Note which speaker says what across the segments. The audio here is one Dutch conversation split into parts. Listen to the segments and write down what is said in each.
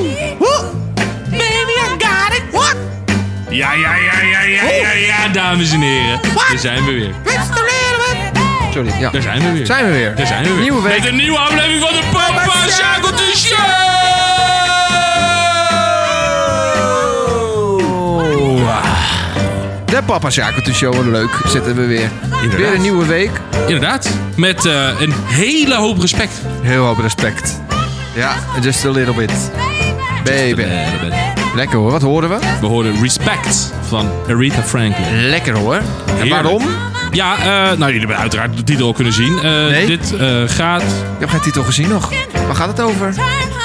Speaker 1: Oh.
Speaker 2: dames en heren. Daar zijn we weer.
Speaker 1: Sorry, ja.
Speaker 2: Daar zijn we weer.
Speaker 1: Zijn we weer.
Speaker 2: Daar zijn we weer.
Speaker 1: Nieuwe week.
Speaker 2: Met een nieuwe aflevering van de Papa Sjakeltje Show! Oh.
Speaker 1: De Papa Sjakeltje Show, wat leuk. Zitten we weer.
Speaker 2: Inderdaad.
Speaker 1: Weer een nieuwe week.
Speaker 2: Inderdaad. Met eh, een hele hoop respect.
Speaker 1: Heel hoop respect. Ja, just a little bit. Baby. Lekker hoor, wat horen we?
Speaker 2: Eh, We horen Respect van Aretha Franklin.
Speaker 1: Lekker hoor. En waarom?
Speaker 2: Ja, eh, nou jullie hebben uiteraard de titel al kunnen zien. Eh,
Speaker 1: Nee.
Speaker 2: Dit eh, gaat...
Speaker 1: Ik heb geen titel gezien nog. Waar gaat het over?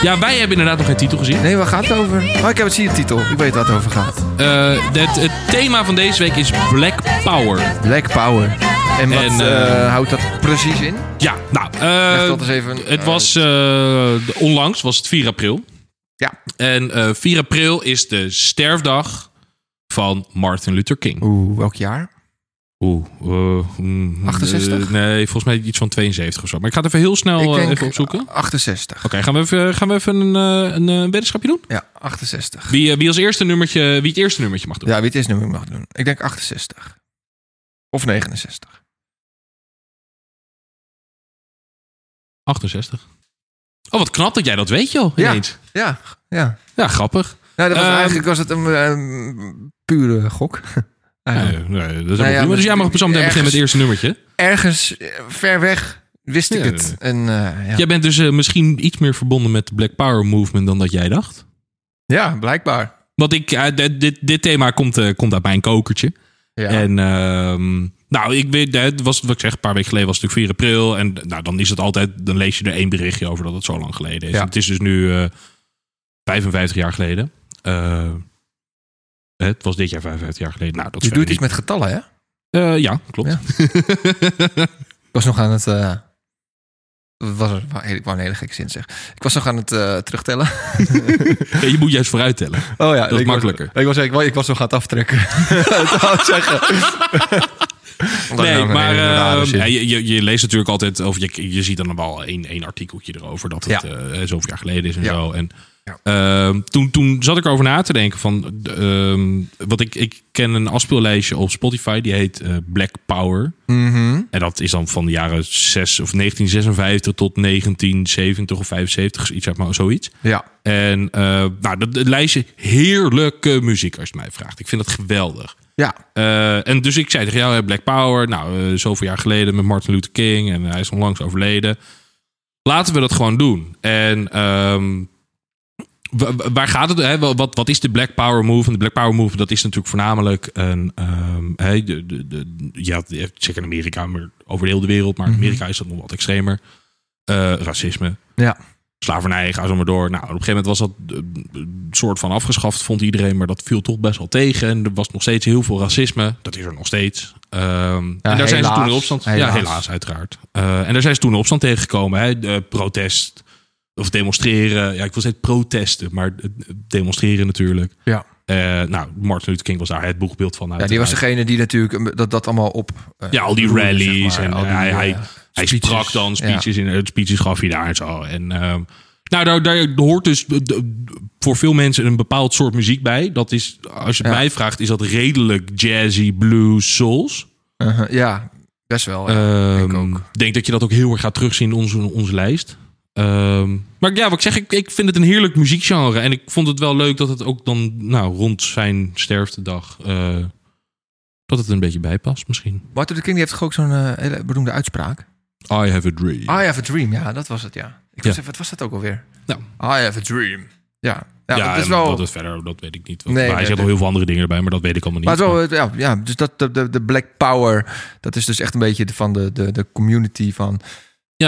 Speaker 2: Ja, wij hebben inderdaad nog geen titel gezien.
Speaker 1: Nee, waar gaat het over? Oh, ik heb het zie de titel. Ik weet waar het over gaat.
Speaker 2: Eh, het, het thema van deze week is Black Power.
Speaker 1: Black Power. En wat
Speaker 2: En,
Speaker 1: eh,
Speaker 2: eh,
Speaker 1: houdt dat precies in?
Speaker 2: Ja, nou... eh,
Speaker 1: Leg dat eens even.
Speaker 2: Het
Speaker 1: eh,
Speaker 2: was eh, de- onlangs, was het 4 april.
Speaker 1: Ja.
Speaker 2: En eh, 4 april is de sterfdag van Martin Luther King.
Speaker 1: Oeh, welk jaar?
Speaker 2: Oeh. eh, mm,
Speaker 1: 68?
Speaker 2: eh, nee, volgens mij iets van 72 of zo. Maar ik ga het even heel snel eh, even opzoeken. Oké,
Speaker 1: 68.
Speaker 2: gaan we even, gaan we even een, eh, een eh, weddenschapje doen?
Speaker 1: Ja, 68.
Speaker 2: Wie, eh, wie als eerste nummertje, wie het eerste nummertje mag doen?
Speaker 1: Ja, wie het is nummer mag doen. Ik denk 68. Of 69.
Speaker 2: 68. Oh, wat knap dat jij dat weet, joh.
Speaker 1: Ja.
Speaker 2: Ineens.
Speaker 1: Ja, ja.
Speaker 2: Ja, grappig.
Speaker 1: Nou, dat was,
Speaker 2: Ehm,
Speaker 1: eigenlijk was het een ehm, pure gok. Eh, Eigenlijk.
Speaker 2: Nee, nee, dat is helemaal
Speaker 1: ja,
Speaker 2: prima. dus jij mag zo meteen beginnen
Speaker 1: ergens-
Speaker 2: met het eerste nummertje.
Speaker 1: Ergens eh, ver weg wist ik
Speaker 2: Ja,
Speaker 1: het.
Speaker 2: nee.
Speaker 1: En, eh, ja.
Speaker 2: Jij bent dus eh, misschien iets meer verbonden met de Black Power Movement dan dat jij dacht.
Speaker 1: ja, blijkbaar.
Speaker 2: Want ik, eh, dit- dit, dit thema komt, eh, komt uit mijn kokertje.
Speaker 1: Ja.
Speaker 2: En ehm, nou, ik weet, eh, het was wat ik zeg, een paar weken geleden was het natuurlijk 4 april. En nou, dan is het altijd, dan lees je er één berichtje over dat het zo lang geleden is.
Speaker 1: Ja.
Speaker 2: Het is dus nu eh, 55 jaar geleden. Eh, het was dit jaar 55 jaar geleden. Nou, dat is
Speaker 1: Je doet
Speaker 2: verder
Speaker 1: iets met getallen, hè?
Speaker 2: niet- Eh, ja, klopt.
Speaker 1: Ja. Ik was nog aan het... eh, was er, wou- ik wou een hele gekke zin zeggen. Ik was nog aan het eh, terugtellen.
Speaker 2: Ja, je moet juist vooruit tellen.
Speaker 1: Oh ja,
Speaker 2: Dat is
Speaker 1: ik
Speaker 2: makkelijker.
Speaker 1: Was, ik, was, ik, was, ik was nog aan het aftrekken. dat wou ik zeggen. Omdat
Speaker 2: nee,
Speaker 1: ik nou een
Speaker 2: maar
Speaker 1: hele rare
Speaker 2: ehm,
Speaker 1: zin-
Speaker 2: ja, je, je, je leest natuurlijk altijd, of je, je ziet dan wel één, één artikeltje erover dat het
Speaker 1: Ja.
Speaker 2: eh, zoveel jaar geleden is en
Speaker 1: Ja.
Speaker 2: zo. En
Speaker 1: Ja.
Speaker 2: ehm, toen, toen zat ik erover na te denken van, ehm, wat ik, ik ken een afspeellijstje op Spotify, die heet eh, Black Power.
Speaker 1: Mhm.
Speaker 2: En dat is dan van de jaren 6 of 1956 tot 1970 of 75, iets, zeg maar, zoiets.
Speaker 1: Ja.
Speaker 2: En eh, nou, dat, dat lijstje heerlijke muziek, als je het mij vraagt. Ik vind dat geweldig.
Speaker 1: Ja.
Speaker 2: Eh, en dus ik zei tegen jou, hè, Black Power, nou, eh, zoveel jaar geleden met Martin Luther King en hij is onlangs overleden. Laten we dat gewoon doen. En ehm, wa- wa- waar gaat het? Hè? Wa- Wat, wat is de Black Power Move? En de Black Power Move, dat is natuurlijk voornamelijk een. ehm, hè, de, de, de, ja, je hebt zeker in Amerika, maar over heel de wereld, maar in Amerika is dat nog wat extremer. Eh, racisme,
Speaker 1: Ja.
Speaker 2: slavernij, ga zo maar door. Nou, op een gegeven moment was dat eh, een soort van afgeschaft, vond iedereen. Maar dat viel toch best wel tegen. En er was nog steeds heel veel racisme. Dat is er nog steeds. Ehm, en daar zijn ze
Speaker 1: helaas.
Speaker 2: toen in opstand.
Speaker 1: Helaas.
Speaker 2: Ja, helaas, uiteraard. Eh, en daar zijn ze toen in opstand tegengekomen. Hè? De protest of demonstreren. Ja, ik wil zeggen protesten, maar eh, demonstreren natuurlijk.
Speaker 1: Ja.
Speaker 2: Eh, nou, Martin Luther King was daar het boegbeeld van.
Speaker 1: Ja, die was
Speaker 2: uiteraard.
Speaker 1: degene die natuurlijk een- dat, dat allemaal op... eh,
Speaker 2: Ja, al die
Speaker 1: roerde,
Speaker 2: rallies
Speaker 1: zeg maar,
Speaker 2: en
Speaker 1: al die,
Speaker 2: hij,
Speaker 1: eh,
Speaker 2: hij, hij
Speaker 1: speeches.
Speaker 2: sprak dan
Speaker 1: Ja.
Speaker 2: speeches in het speeches gaf hij daar en zo. En ehm, nou, daar, daar hoort dus eh, d- voor veel mensen een bepaald soort muziek bij. Dat is, als je het
Speaker 1: Ja.
Speaker 2: mij vraagt, is dat redelijk jazzy, blues, souls.
Speaker 1: Uh-huh, ja, best wel. Oh Eh, ja.
Speaker 2: Ehm,
Speaker 1: ook.
Speaker 2: ik denk dat je dat ook heel erg gaat terugzien in onze, onze lijst. Ehm, maar ja, wat ik zeg, ik, ik vind het een heerlijk muziekgenre. En ik vond het wel leuk dat het ook dan nou, rond zijn sterftedag... eh, dat het een beetje bijpast misschien.
Speaker 1: Martin Luther King die heeft toch ook zo'n eh, hele beroemde uitspraak?
Speaker 2: I have a dream.
Speaker 1: I have a dream. Ja, dat was het, ja. Ik
Speaker 2: Ja.
Speaker 1: was even, wat was dat ook alweer?
Speaker 2: Nou.
Speaker 1: I have a dream. Ja, ja,
Speaker 2: Ja,
Speaker 1: dat Nou, is
Speaker 2: en
Speaker 1: wel...
Speaker 2: wat het verder, dat weet ik niet. Want
Speaker 1: Nee,
Speaker 2: hij
Speaker 1: nee,
Speaker 2: zegt al
Speaker 1: nee.
Speaker 2: heel veel andere dingen erbij, maar dat weet ik allemaal niet.
Speaker 1: Maar zo, ja, ja, dus dat, de, de, de Black Power, dat is dus echt een beetje de- van de, de, de community van...
Speaker 2: ja.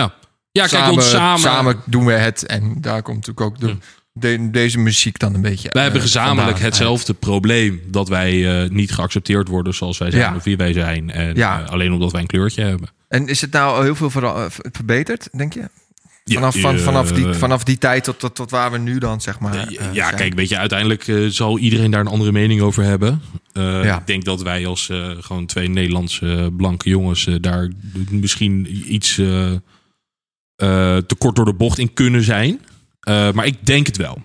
Speaker 2: ja, kijk,
Speaker 1: samen,
Speaker 2: ons samen.
Speaker 1: samen doen we het. En daar komt natuurlijk ook de,
Speaker 2: Hm.
Speaker 1: de- deze muziek dan een beetje
Speaker 2: wij hebben
Speaker 1: eh,
Speaker 2: gezamenlijk
Speaker 1: vandaan.
Speaker 2: hetzelfde probleem. Dat wij eh, niet geaccepteerd worden zoals wij zijn
Speaker 1: Ja.
Speaker 2: of wie wij zijn. En,
Speaker 1: Ja.
Speaker 2: eh, alleen omdat wij een kleurtje hebben.
Speaker 1: En is het nou heel veel vera- eh, ver- verbeterd, denk je? Vanaf, van,
Speaker 2: eh,
Speaker 1: vanaf, die, vanaf die tijd tot, tot, tot waar we nu dan, zeg maar.
Speaker 2: Ja,
Speaker 1: eh,
Speaker 2: ja,
Speaker 1: zijn.
Speaker 2: kijk, weet je, uiteindelijk eh, zal iedereen daar een andere mening over hebben. Eh,
Speaker 1: Ja.
Speaker 2: Ik denk dat wij als eh, gewoon twee Nederlandse eh, blanke jongens eh, daar misschien iets eh, eh, te kort door de bocht in kunnen zijn. Eh, maar ik denk het wel.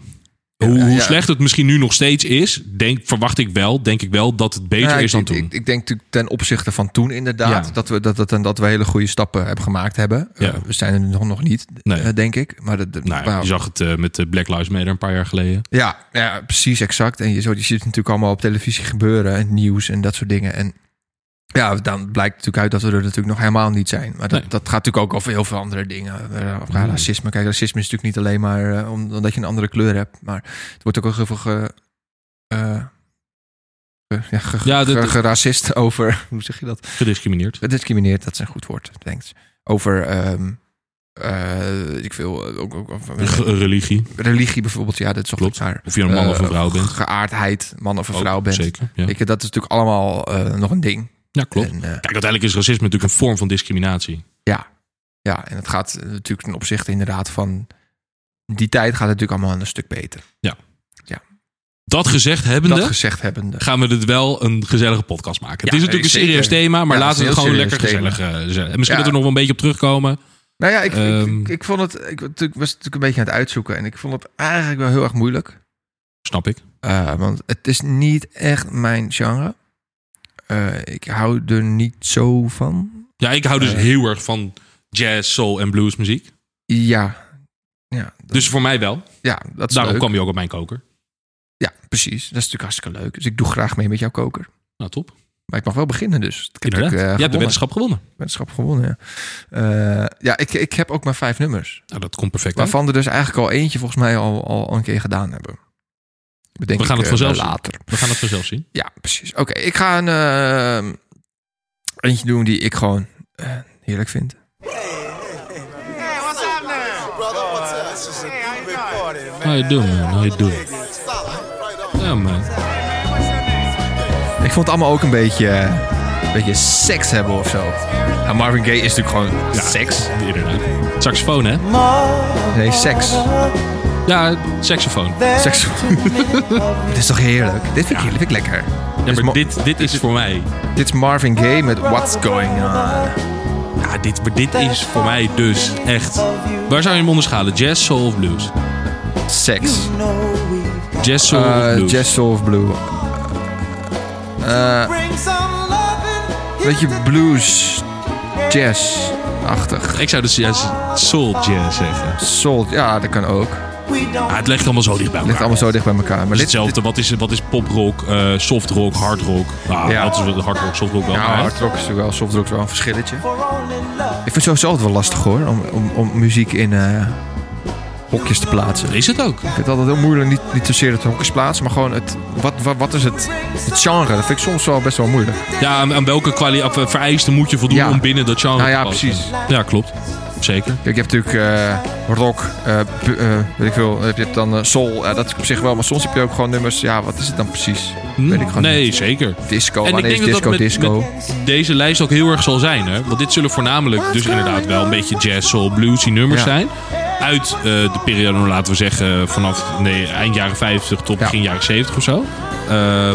Speaker 2: Hoe,
Speaker 1: Ja,
Speaker 2: hoe
Speaker 1: ja.
Speaker 2: slecht het misschien nu nog steeds is, denk, verwacht ik wel, denk ik wel dat het beter
Speaker 1: Ja,
Speaker 2: is dan
Speaker 1: ik,
Speaker 2: toen.
Speaker 1: Ik, ik denk natuurlijk ten opzichte van toen inderdaad.
Speaker 2: Ja.
Speaker 1: Dat, we, dat, dat, dat we hele goede stappen hebben gemaakt hebben.
Speaker 2: Ja.
Speaker 1: Eh, we zijn er nog, nog niet,
Speaker 2: Nee.
Speaker 1: eh, denk ik. Maar dat,
Speaker 2: nou, ja,
Speaker 1: maar-
Speaker 2: je zag het eh, met de Black Lives Matter een paar jaar geleden.
Speaker 1: ja, ja, precies, exact. En je, zo, je ziet het natuurlijk allemaal op televisie gebeuren. En nieuws en dat soort dingen. En ja, dan blijkt natuurlijk uit dat we er natuurlijk nog helemaal niet zijn. Maar dat,
Speaker 2: Nee.
Speaker 1: dat gaat natuurlijk ook over heel veel andere dingen. Eh, over
Speaker 2: Hmm.
Speaker 1: Racisme. Kijk, racisme is natuurlijk niet alleen maar eh, om- omdat je een andere kleur hebt. Maar het wordt ook al heel veel ge... eh, ge- ja, ge-
Speaker 2: Ja, dit-
Speaker 1: ge- geracist over... Hoe zeg je dat?
Speaker 2: Gediscrimineerd.
Speaker 1: Gediscrimineerd, dat is een goed woord, thanks. Over, ehm, eh, ik wil eh, ook, ook, over-
Speaker 2: Ge- religie.
Speaker 1: religie bijvoorbeeld, ja, dat is toch
Speaker 2: Klopt.
Speaker 1: Haar,
Speaker 2: Of je een man
Speaker 1: eh,
Speaker 2: of een vrouw bent.
Speaker 1: Geaardheid, man of een
Speaker 2: Ook,
Speaker 1: vrouw bent.
Speaker 2: Zeker. Ja,
Speaker 1: Ik, dat is natuurlijk allemaal eh, nog een ding.
Speaker 2: ja klopt.
Speaker 1: En, eh,
Speaker 2: Kijk, uiteindelijk is racisme natuurlijk een vorm van discriminatie.
Speaker 1: ja, en het gaat eh, natuurlijk ten opzichte inderdaad van die tijd gaat het natuurlijk allemaal een stuk beter.
Speaker 2: Dat gezegd hebbende,
Speaker 1: Dat gezegd hebbende.
Speaker 2: gaan we dit wel een gezellige podcast maken.
Speaker 1: Ja,
Speaker 2: het is natuurlijk een
Speaker 1: zeker.
Speaker 2: serieus thema, maar
Speaker 1: Ja,
Speaker 2: laten we
Speaker 1: het
Speaker 2: het gewoon
Speaker 1: is een
Speaker 2: lekker
Speaker 1: serieus
Speaker 2: gezellig eh, zetten. En Misschien
Speaker 1: Ja.
Speaker 2: dat we nog wel een beetje op terugkomen.
Speaker 1: Nou ja, ik, ik-
Speaker 2: Ehm.
Speaker 1: ik, ik vond het, ik, was natuurlijk- was natuurlijk een beetje aan het uitzoeken en ik vond het eigenlijk wel heel erg moeilijk.
Speaker 2: Snap ik.
Speaker 1: Eh, want het is niet echt mijn genre. Eh, ik hou er niet zo van.
Speaker 2: Ja, ik hou dus
Speaker 1: Eh.
Speaker 2: heel erg van jazz, soul en blues muziek.
Speaker 1: Ja. Ja, dat,
Speaker 2: Dus voor mij wel.
Speaker 1: ja, dat is
Speaker 2: Daarom
Speaker 1: leuk.
Speaker 2: kwam je ook op mijn koker.
Speaker 1: Ja, precies. Dat is natuurlijk hartstikke leuk. Dus ik doe graag mee met jouw koker.
Speaker 2: Nou, top.
Speaker 1: Maar ik mag wel beginnen dus. Ik heb
Speaker 2: Inderdaad.
Speaker 1: natuurlijk, eh,
Speaker 2: je hebt de
Speaker 1: gewonnen.
Speaker 2: wetenschap gewonnen.
Speaker 1: weddenschap gewonnen. Ja, Eh, ja ik, ik heb ook maar vijf nummers.
Speaker 2: Nou, dat komt perfect uit.
Speaker 1: Waarvan er dus eigenlijk al eentje volgens mij al, al een keer gedaan hebben. Bedenk
Speaker 2: We gaan
Speaker 1: ik,
Speaker 2: het
Speaker 1: eh,
Speaker 2: vanzelf zien.
Speaker 1: later.
Speaker 2: We gaan het vanzelf zien.
Speaker 1: Ja, precies. Oké, ik ga een eh, eentje doen die ik gewoon eh, heerlijk vind.
Speaker 3: Hey, what's up now? Brother, what's up? This is a big party, man.
Speaker 2: How you doing, man? How you doing? Ja, man.
Speaker 1: Ik vond het allemaal ook een beetje, eh, een beetje seks hebben of zo. Nou, Marvin Gaye is natuurlijk gewoon seks.
Speaker 2: Inderdaad. Saxofoon, hè?
Speaker 1: Nee, seks.
Speaker 2: Ja, saxofoon.
Speaker 1: Seks. Dit is toch heerlijk? Dit vind ik, heerlijk, vind ik lekker. Dus
Speaker 2: Ja,
Speaker 1: dit, is Ma-
Speaker 2: maar dit, dit is voor mij.
Speaker 1: dit is Marvin Gaye met What's Going On.
Speaker 2: Ja, dit, maar dit is voor mij dus echt. Waar zou je hem onderschalen? Jazz, soul of blues?
Speaker 1: Seks.
Speaker 2: Jazz, soul of
Speaker 1: Eh,
Speaker 2: blues?
Speaker 1: Jazz Soul of Blue. Eh, weet je, blues, jazz-achtig.
Speaker 2: Ik zou dus juist soul jazz zeggen.
Speaker 1: Soul, ja, dat kan ook.
Speaker 2: Ah, het ligt allemaal zo dicht bij elkaar.
Speaker 1: Ligt allemaal zo dicht bij elkaar. Maar
Speaker 2: Het is
Speaker 1: dit,
Speaker 2: hetzelfde. Wat is, wat is poprock, eh softrock, hardrock? Nou,
Speaker 1: Ja.
Speaker 2: dat is wel hardrock, softrock wel.
Speaker 1: Ja,
Speaker 2: maar-
Speaker 1: hard rock is natuurlijk wel, soft rock is wel een verschilletje. Ik vind sowieso altijd wel lastig hoor, om, om, om muziek in eh, hokjes te plaatsen.
Speaker 2: Dat is het ook.
Speaker 1: Ik vind het altijd heel moeilijk, niet, niet zozeer het hokjes plaatsen, maar gewoon het, wat, wat, wat is het, het genre? Dat vind ik soms wel best wel moeilijk.
Speaker 2: Ja, aan, aan welke kwali- of, eh, vereisten moet je voldoen
Speaker 1: Ja.
Speaker 2: om binnen dat genre
Speaker 1: Nou ja,
Speaker 2: te passen?
Speaker 1: precies.
Speaker 2: Ja, klopt. Zeker.
Speaker 1: Kijk, je hebt natuurlijk eh, rock, eh, pu- eh, weet ik veel, heb je hebt dan eh, soul, eh, dat is op zich wel, maar soms heb je ook gewoon nummers, ja, wat is het dan precies?
Speaker 2: Hm?
Speaker 1: Weet ik gewoon
Speaker 2: nee,
Speaker 1: niet.
Speaker 2: zeker.
Speaker 1: Disco,
Speaker 2: En ik
Speaker 1: wanneer is
Speaker 2: denk dat
Speaker 1: disco,
Speaker 2: dat met-
Speaker 1: disco?
Speaker 2: Deze lijst ook heel erg zal zijn, hè? Want dit zullen voornamelijk dus inderdaad wel een beetje jazz, soul, bluesy nummers
Speaker 1: Ja.
Speaker 2: zijn. Uit eh, de periode, laten we zeggen, vanaf nee, eind jaren 50 tot
Speaker 1: Ja.
Speaker 2: begin jaren 70 of zo. Ehm, eh,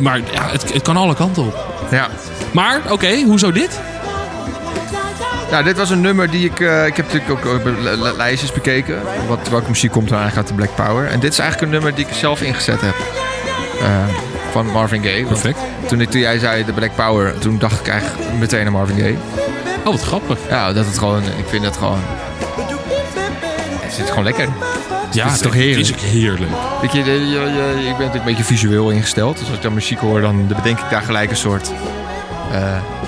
Speaker 2: maar ja, het, het kan alle kanten op.
Speaker 1: Ja.
Speaker 2: Maar, oké, hoezo dit?
Speaker 1: Nou, dit was een nummer die ik... eh, ik heb natuurlijk ook eh, li- li- lijstjes bekeken. Wat, welke muziek komt er eigenlijk uit de Black Power. En dit is eigenlijk een nummer die ik zelf ingezet heb. Eh, van Marvin Gaye. Want
Speaker 2: Perfect.
Speaker 1: Toen, ik, toen jij zei de Black Power, toen dacht ik eigenlijk meteen aan Marvin Gaye.
Speaker 2: Oh, wat grappig.
Speaker 1: Ja, dat het gewoon... Ik vind dat gewoon... Het zit gewoon lekker.
Speaker 2: Ja,
Speaker 1: is toch
Speaker 2: Het is
Speaker 1: heerlijk?
Speaker 2: ook heerlijk.
Speaker 1: Weet je, je- je- je- ik eh, ben natuurlijk een beetje visueel ingesteld. Dus als ik dan muziek hoor, dan bedenk ik daar gelijk een soort, eh,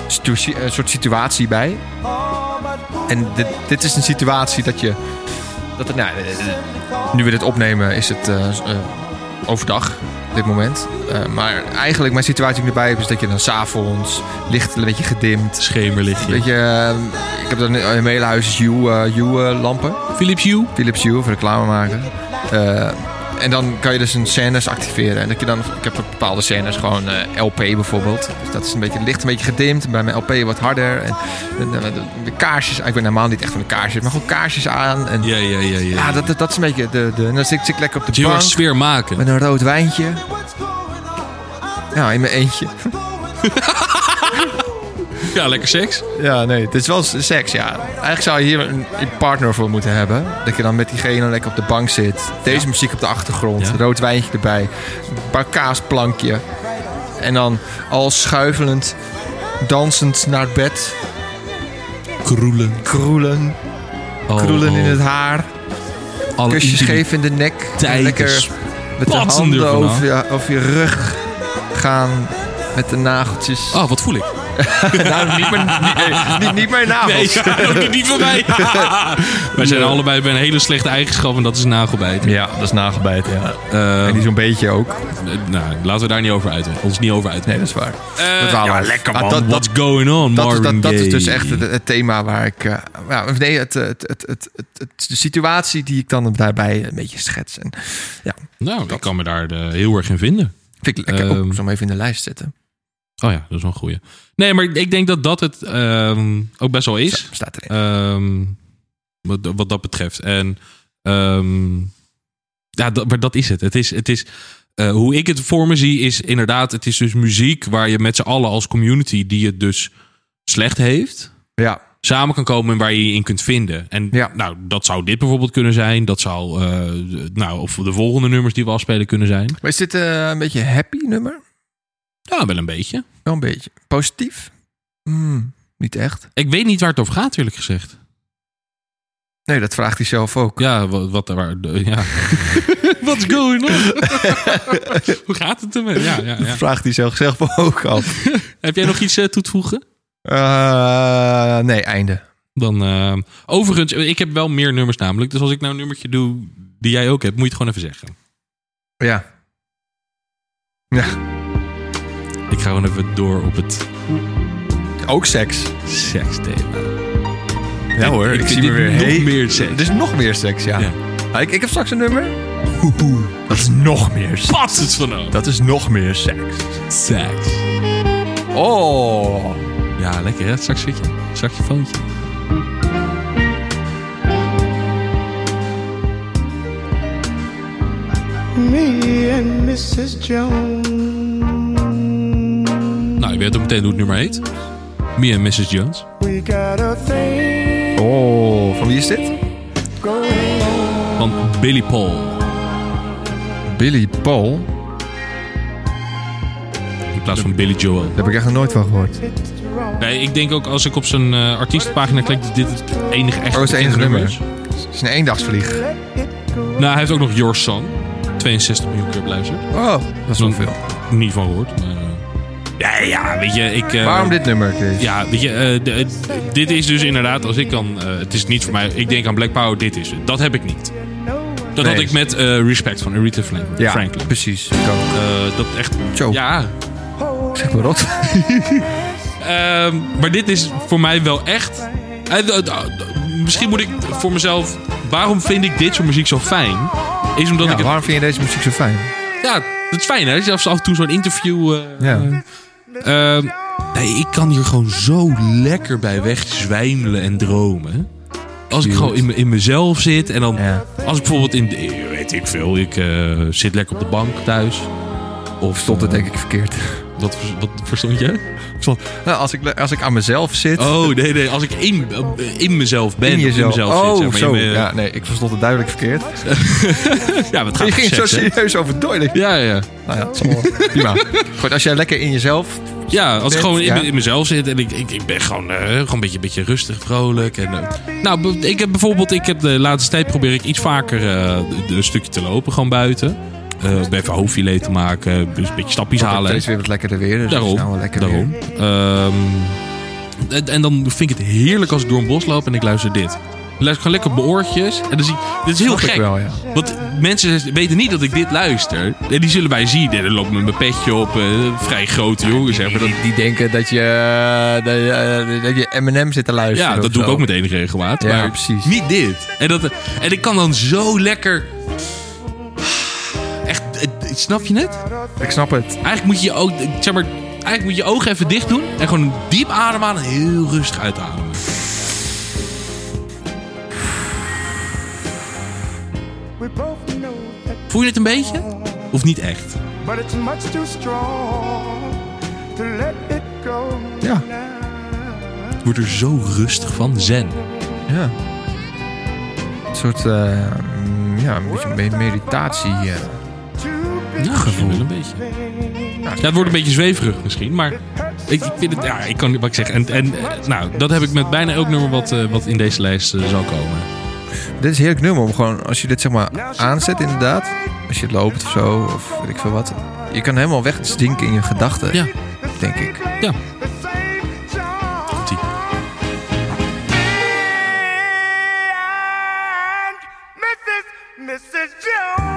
Speaker 1: situ- een soort situatie bij. En dit, dit is een situatie dat je... Dat het, nou, eh, nu we dit opnemen is het eh, eh, overdag op dit moment. Eh, maar eigenlijk mijn situatie die ik erbij heb is dat je dan s'avonds licht een beetje gedimd.
Speaker 2: Schemerlichtje.
Speaker 1: Weet je, eh, ik heb dan in mijn hele huis eh, Hue-lampen.
Speaker 2: Philips Hue.
Speaker 1: Philips Hue, voor reclame maken. Eh, en dan kan je dus een scènes activeren. En dat je dan, ik heb voor bepaalde scènes gewoon eh, LP bijvoorbeeld. Dus dat is een beetje het licht, een beetje gedimd. Bij mijn LP wat harder. En, en, en, de, de kaarsjes, ik ben normaal niet echt van de kaarsjes, maar gewoon kaarsjes aan. En, ja,
Speaker 2: Ja, ja, ja. ja.
Speaker 1: Ah, dat, dat, dat is een beetje de. de en dan zit zit ik lekker op
Speaker 2: Het
Speaker 1: de
Speaker 2: is heel
Speaker 1: bank
Speaker 2: erg sfeer maken.
Speaker 1: met een rood wijntje. Ja, in mijn eentje.
Speaker 2: Ja, lekker seks.
Speaker 1: Ja, nee, het is wel s- seks, ja. Eigenlijk zou je hier een, een partner voor moeten hebben. Dat je dan met diegene lekker op de bank zit. Deze muziek op de achtergrond.
Speaker 2: Ja.
Speaker 1: Rood wijntje erbij. Een paar kaasplankje. En dan al schuivelend, dansend naar het bed.
Speaker 2: Kroelen.
Speaker 1: Kroelen. Kroelen in het haar.
Speaker 2: Oh, alle
Speaker 1: Kusjes
Speaker 2: intimiteit
Speaker 1: geven in de nek. En
Speaker 2: is
Speaker 1: lekker met de
Speaker 2: spatsend
Speaker 1: handen
Speaker 2: ervan
Speaker 1: over je, over je rug gaan. Met de nageltjes.
Speaker 2: Oh, wat voel ik?
Speaker 1: Nou, niet mijn, niet, niet, niet mijn nagels.
Speaker 2: Nee, doe niet voor mij. Wij zijn allebei bij een hele slechte eigenschap en dat is nagelbijten.
Speaker 1: Ja, dat is nagelbijt, ja.
Speaker 2: Eh,
Speaker 1: En die zo'n beetje ook.
Speaker 2: nou, laten we daar niet over uiten. Ons niet over uiten.
Speaker 1: Nee, dat is waar.
Speaker 2: Eh,
Speaker 1: dat waren
Speaker 2: ja,
Speaker 1: we.
Speaker 2: lekker
Speaker 1: Maar
Speaker 2: man.
Speaker 1: dat-
Speaker 2: What's
Speaker 1: dat-
Speaker 2: going on,
Speaker 1: Dat is,
Speaker 2: Marvin
Speaker 1: dat, dat is
Speaker 2: Gaye?
Speaker 1: dus echt het, het thema waar ik... eh, ja, of nee, het, het, het, het, het, het- de situatie die ik dan daarbij een beetje schets. En, ja,
Speaker 2: Nou, ik kan me daar eh, heel erg in vinden.
Speaker 1: vind ik lekker.
Speaker 2: Ehm.
Speaker 1: Oh, ik zal hem even in de lijst zetten.
Speaker 2: Oh ja, dat is wel een goeie. Nee, maar ik denk dat dat het ehm, ook best wel is.
Speaker 1: Zo, staat erin.
Speaker 2: Ehm, wat, wat dat betreft. En ehm, ja, dat, maar dat is het. Het is, het is eh, hoe ik het voor me zie, is inderdaad, het is dus muziek waar je met z'n allen als community die het dus slecht heeft,
Speaker 1: ja,
Speaker 2: samen kan komen en waar je je in kunt vinden. En
Speaker 1: Ja.
Speaker 2: nou, dat zou dit bijvoorbeeld kunnen zijn. Dat zou, eh, nou, of de volgende nummers die we afspelen kunnen zijn.
Speaker 1: maar is dit eh, een beetje happy nummer?
Speaker 2: Ja, wel een beetje.
Speaker 1: Wel een beetje. Positief? Hmm, niet echt.
Speaker 2: Ik weet niet waar het over gaat, eerlijk gezegd.
Speaker 1: Nee, dat vraagt hij zelf ook.
Speaker 2: Ja, wat, wat waar, de- ja. What's going on? Hoe gaat het ermee? Ja, ja, ja.
Speaker 1: Dat vraagt hij zelf, zelf ook af.
Speaker 2: Heb jij nog iets eh, toe te voegen?
Speaker 1: Eh, nee, einde.
Speaker 2: Dan, eh, overigens, ik heb wel meer nummers namelijk. Dus als ik nou een nummertje doe die jij ook hebt, moet je het gewoon even zeggen.
Speaker 1: Ja. Ja,
Speaker 2: Ik ga gewoon even door op het
Speaker 1: ook seks.
Speaker 2: seksthema.
Speaker 1: Ja hoor, ik,
Speaker 2: vind
Speaker 1: zie me
Speaker 2: dit
Speaker 1: weer
Speaker 2: nog
Speaker 1: heel-
Speaker 2: meer seks.
Speaker 1: Er is nog meer seks, ja.
Speaker 2: Ja.
Speaker 1: Ah, ik, ik heb straks een nummer. Dat is nog meer seks.
Speaker 2: Wat is het van nou?
Speaker 1: Dat is nog meer seks.
Speaker 2: Seks.
Speaker 1: Oh.
Speaker 2: Ja, lekker hè? Straks zit je. Straks je foontje.
Speaker 4: Me and Mrs. Jones,
Speaker 2: Nou, je weet ook meteen hoe het nummer heet. Me and Mrs. Jones.
Speaker 4: we got a thing
Speaker 1: Oh, van wie is dit?
Speaker 4: going on.
Speaker 2: Van Billy Paul.
Speaker 1: Billy Paul.
Speaker 2: In plaats van Billy Joel.
Speaker 1: Daar heb ik echt nog nooit van gehoord.
Speaker 4: It's wrong.
Speaker 2: Nee, ik denk ook als ik op zijn eh, artiestenpagina klik, dat dit het enige echte
Speaker 1: Oh, het enige
Speaker 2: nummer
Speaker 1: nummer.
Speaker 2: is.
Speaker 1: Het is een eendagsvlieg.
Speaker 4: Let it go.
Speaker 2: Nou, hij heeft ook nog Your Son. 62 miljoen keer beluisterd.
Speaker 1: Oh, dat is wel veel.
Speaker 2: Niet van gehoord. maar, eh, ja, ja, weet je, ik... eh,
Speaker 1: Waarom dit nummer, Chris?
Speaker 2: Ja, weet je, eh, de- het- dit is dus inderdaad, als ik dan... eh, het is niet voor mij, ik denk aan Black Power, dit is het. Dat heb ik niet.
Speaker 4: No one
Speaker 2: Dat had
Speaker 1: Nee.
Speaker 2: ik met eh, Respect van Aretha Franklin.
Speaker 1: Ja,
Speaker 2: Franklin.
Speaker 1: precies. Zo.
Speaker 2: Eh, dat echt...
Speaker 1: Zo.
Speaker 2: Ja.
Speaker 4: holds
Speaker 1: Zeg maar rot.
Speaker 2: ehm, maar dit is voor mij wel echt... eh, d- d- d- misschien moet ik voor mezelf... Waarom vind ik dit soort muziek zo fijn? Is omdat
Speaker 1: Ja,
Speaker 2: ik het...
Speaker 1: waarom vind je deze muziek zo fijn?
Speaker 2: Ja, dat is fijn hè. Dat je af en toe zo'n interview... eh,
Speaker 1: Ja.
Speaker 2: Ehm, nee, ik kan hier gewoon zo lekker bij wegzwijmelen en dromen. Als ik
Speaker 1: Cute.
Speaker 2: gewoon in, me- in mezelf zit en dan...
Speaker 1: Ja.
Speaker 2: Als ik bijvoorbeeld in... de- Weet ik veel, ik eh, zit lekker op de bank thuis. Of
Speaker 1: Stond het
Speaker 2: eh,
Speaker 1: denk ik verkeerd.
Speaker 2: Wat, vers- wat verstond je?
Speaker 1: Stond, nou, als, ik, als ik aan mezelf zit...
Speaker 2: Oh, nee, nee. Als ik in, eh, in mezelf ben.
Speaker 1: in
Speaker 2: of
Speaker 1: jezelf.
Speaker 2: In mezelf
Speaker 1: oh,
Speaker 2: zit, zeg maar, eh,
Speaker 1: zo.
Speaker 2: in me-
Speaker 1: ja, nee, ik verstond het duidelijk verkeerd.
Speaker 2: ja, maar het gaat
Speaker 1: Je
Speaker 2: om
Speaker 1: ging zo
Speaker 2: seks, hè?
Speaker 1: serieus over doilen.
Speaker 2: Ja, ja.
Speaker 1: Nou ja, het zal wel. prima. Goed, als jij lekker in jezelf...
Speaker 2: Ja, als ik
Speaker 1: Bent,
Speaker 2: gewoon in,
Speaker 1: ja.
Speaker 2: in mezelf zit en ik, ik, ik ben gewoon, eh, gewoon een beetje, beetje rustig, vrolijk. En, eh, nou, b- ik heb bijvoorbeeld, ik heb de laatste tijd probeer ik iets vaker eh, d- een stukje te lopen, gewoon buiten. Eh, om even hoofdfilet te maken, dus een beetje stapjes halen.
Speaker 1: Het Oh, is weer wat lekkerder weer. Dus het is nou wel
Speaker 2: daarom,
Speaker 1: lekker
Speaker 2: daarom.
Speaker 1: weer.
Speaker 2: Ehm, en, en dan vind ik het heerlijk als ik door een bos loop en ik luister dit. Ik luister gewoon lekker op mijn oortjes. En dan zie ik, dit is heel
Speaker 1: Snap ik
Speaker 2: gek.
Speaker 1: wel, ja.
Speaker 2: Want mensen weten niet dat ik dit luister. En die zullen wij zien. En dan loop ik met mijn petje op. eh, vrij grote jongens. Zeg maar. Dat-
Speaker 1: Die denken dat je, eh, dat je, dat je M&M zit te luisteren.
Speaker 2: Ja, dat
Speaker 1: of
Speaker 2: doe ik
Speaker 1: zo.
Speaker 2: ook met enige regelmaat.
Speaker 1: Ja,
Speaker 2: maar
Speaker 1: precies.
Speaker 2: Niet dit. En, dat, en ik kan dan zo lekker. Echt, eh, snap je het?
Speaker 1: Ik snap het.
Speaker 2: Eigenlijk moet je je ook, zeg maar, eigenlijk moet je je ogen even dicht doen en gewoon diep ademhalen en heel rustig uitademen.
Speaker 4: We both know that,
Speaker 2: Voel je het een beetje? Of niet echt?
Speaker 4: but it's much too strong to let it go
Speaker 1: Ja.
Speaker 4: now.
Speaker 2: word er zo rustig van. Zen.
Speaker 1: Ja. Een soort eh, mm, ja, een beetje me- meditatie. eh.
Speaker 2: Ja, gevoel. Wel een beetje. Ja, het wordt een beetje zweverig misschien, maar ik, ik vind het, ja, ik kan niet wat ik zeg. En, en eh, nou, dat heb ik met bijna elk nummer wat, eh, wat in deze lijst eh, zal komen.
Speaker 1: Dit is een heerlijk nummer om gewoon, als je dit zeg maar aanzet inderdaad. Als je loopt of zo, of weet ik veel wat. Je kan helemaal wegdinken in je gedachten,
Speaker 2: Ja,
Speaker 1: denk ik.
Speaker 2: ja.
Speaker 4: Mrs. Jones,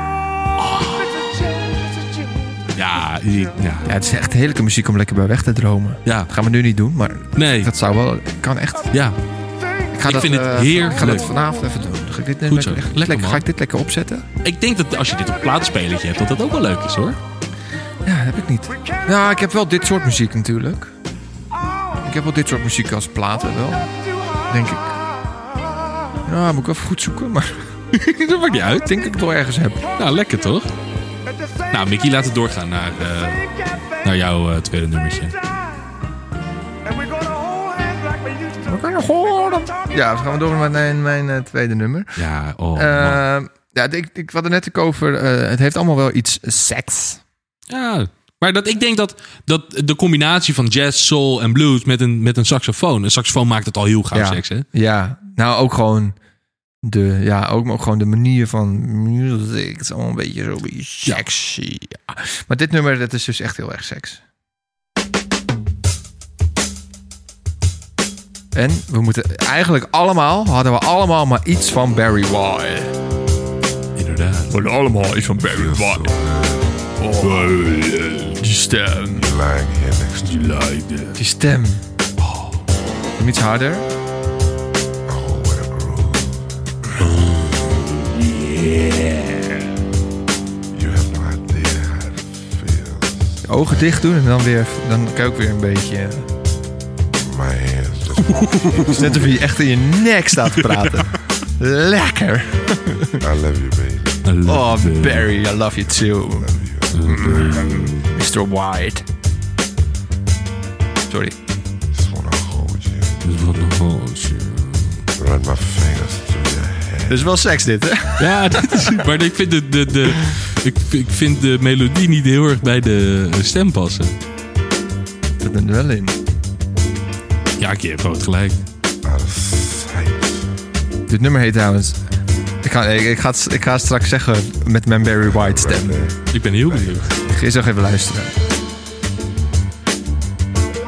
Speaker 4: Mrs. Jones, Mrs. Jones.
Speaker 2: Ja, ja, ja.
Speaker 1: Ja, het is echt heerlijke muziek om lekker bij weg te dromen.
Speaker 2: Ja.
Speaker 1: Dat gaan we nu niet doen, maar
Speaker 2: Nee,
Speaker 1: dat zou wel... Kan echt.
Speaker 2: ja.
Speaker 1: Ik, ga
Speaker 2: Ik
Speaker 1: dat,
Speaker 2: vind het
Speaker 1: eh,
Speaker 2: heerlijk.
Speaker 1: Ik ga dat vanavond even doen. Ga ik dit
Speaker 2: Goed
Speaker 1: lekker,
Speaker 2: zo.
Speaker 1: echt-
Speaker 2: Lekker,
Speaker 1: lekker-
Speaker 2: man.
Speaker 1: ga ik dit lekker opzetten?
Speaker 2: Ik denk dat als je dit op plaatspelletje hebt, dat dat ook wel leuk is hoor.
Speaker 1: Ja, heb ik niet. Ja, ik heb wel dit soort muziek natuurlijk. Ik heb wel dit soort muziek als platen wel. Denk ik. Nou, moet ik even goed zoeken, maar
Speaker 2: dat maakt niet
Speaker 1: ik
Speaker 2: uit.
Speaker 1: denk dat ik het wel ergens heb.
Speaker 2: Nou, lekker toch? Nou, Mickey, laten we doorgaan naar, eh, naar jouw eh, tweede nummertje.
Speaker 1: Ja, we gaan door naar mijn, mijn eh, tweede nummer.
Speaker 2: Ja, oh man.
Speaker 1: Eh, ja, ik, ik had er net ook over. eh, het heeft allemaal wel iets seks.
Speaker 2: Ja, maar dat, ik denk dat, dat de combinatie van jazz, soul en blues met een, met een saxofoon... Een saxofoon maakt het al heel gauw
Speaker 1: Ja.
Speaker 2: seks, hè?
Speaker 1: Ja, nou ook gewoon de, ja, ook, maar ook gewoon de manier van music. Het is allemaal een beetje zo een beetje sexy. Ja. Maar dit nummer, dat is dus echt heel erg seks. En we moeten eigenlijk allemaal, hadden we allemaal maar iets van Barry White.
Speaker 2: Inderdaad.
Speaker 1: We hadden allemaal iets van Barry White. Oh, die stem. Die Oh. stem. Hem iets harder. Je ogen dicht doen en dan weer, dan kan ik ook weer een beetje. Het is net alsof je echt in je nek staat te praten. Lekker.
Speaker 5: I love you, baby.
Speaker 1: Oh, Barry, I love you too. Mr. White. Sorry.
Speaker 5: Just wanna hold you. Run my fingers through your hair.
Speaker 1: Dit is Dus wel seks dit, hè?
Speaker 2: Ja, dit is, maar ik vind de, de, de, ik, ik vind de melodie niet heel erg bij de eh, stem passen.
Speaker 1: Dat ben er wel in.
Speaker 2: Ja, ik je hebt groot gelijk.
Speaker 5: Out of sight.
Speaker 1: Dit nummer heet trouwens... Ik ga, ik, ik ga, het- ik ga het straks zeggen met mijn Barry White stem.
Speaker 2: Ik ben heel benieuwd.
Speaker 1: Ga je zo even luisteren.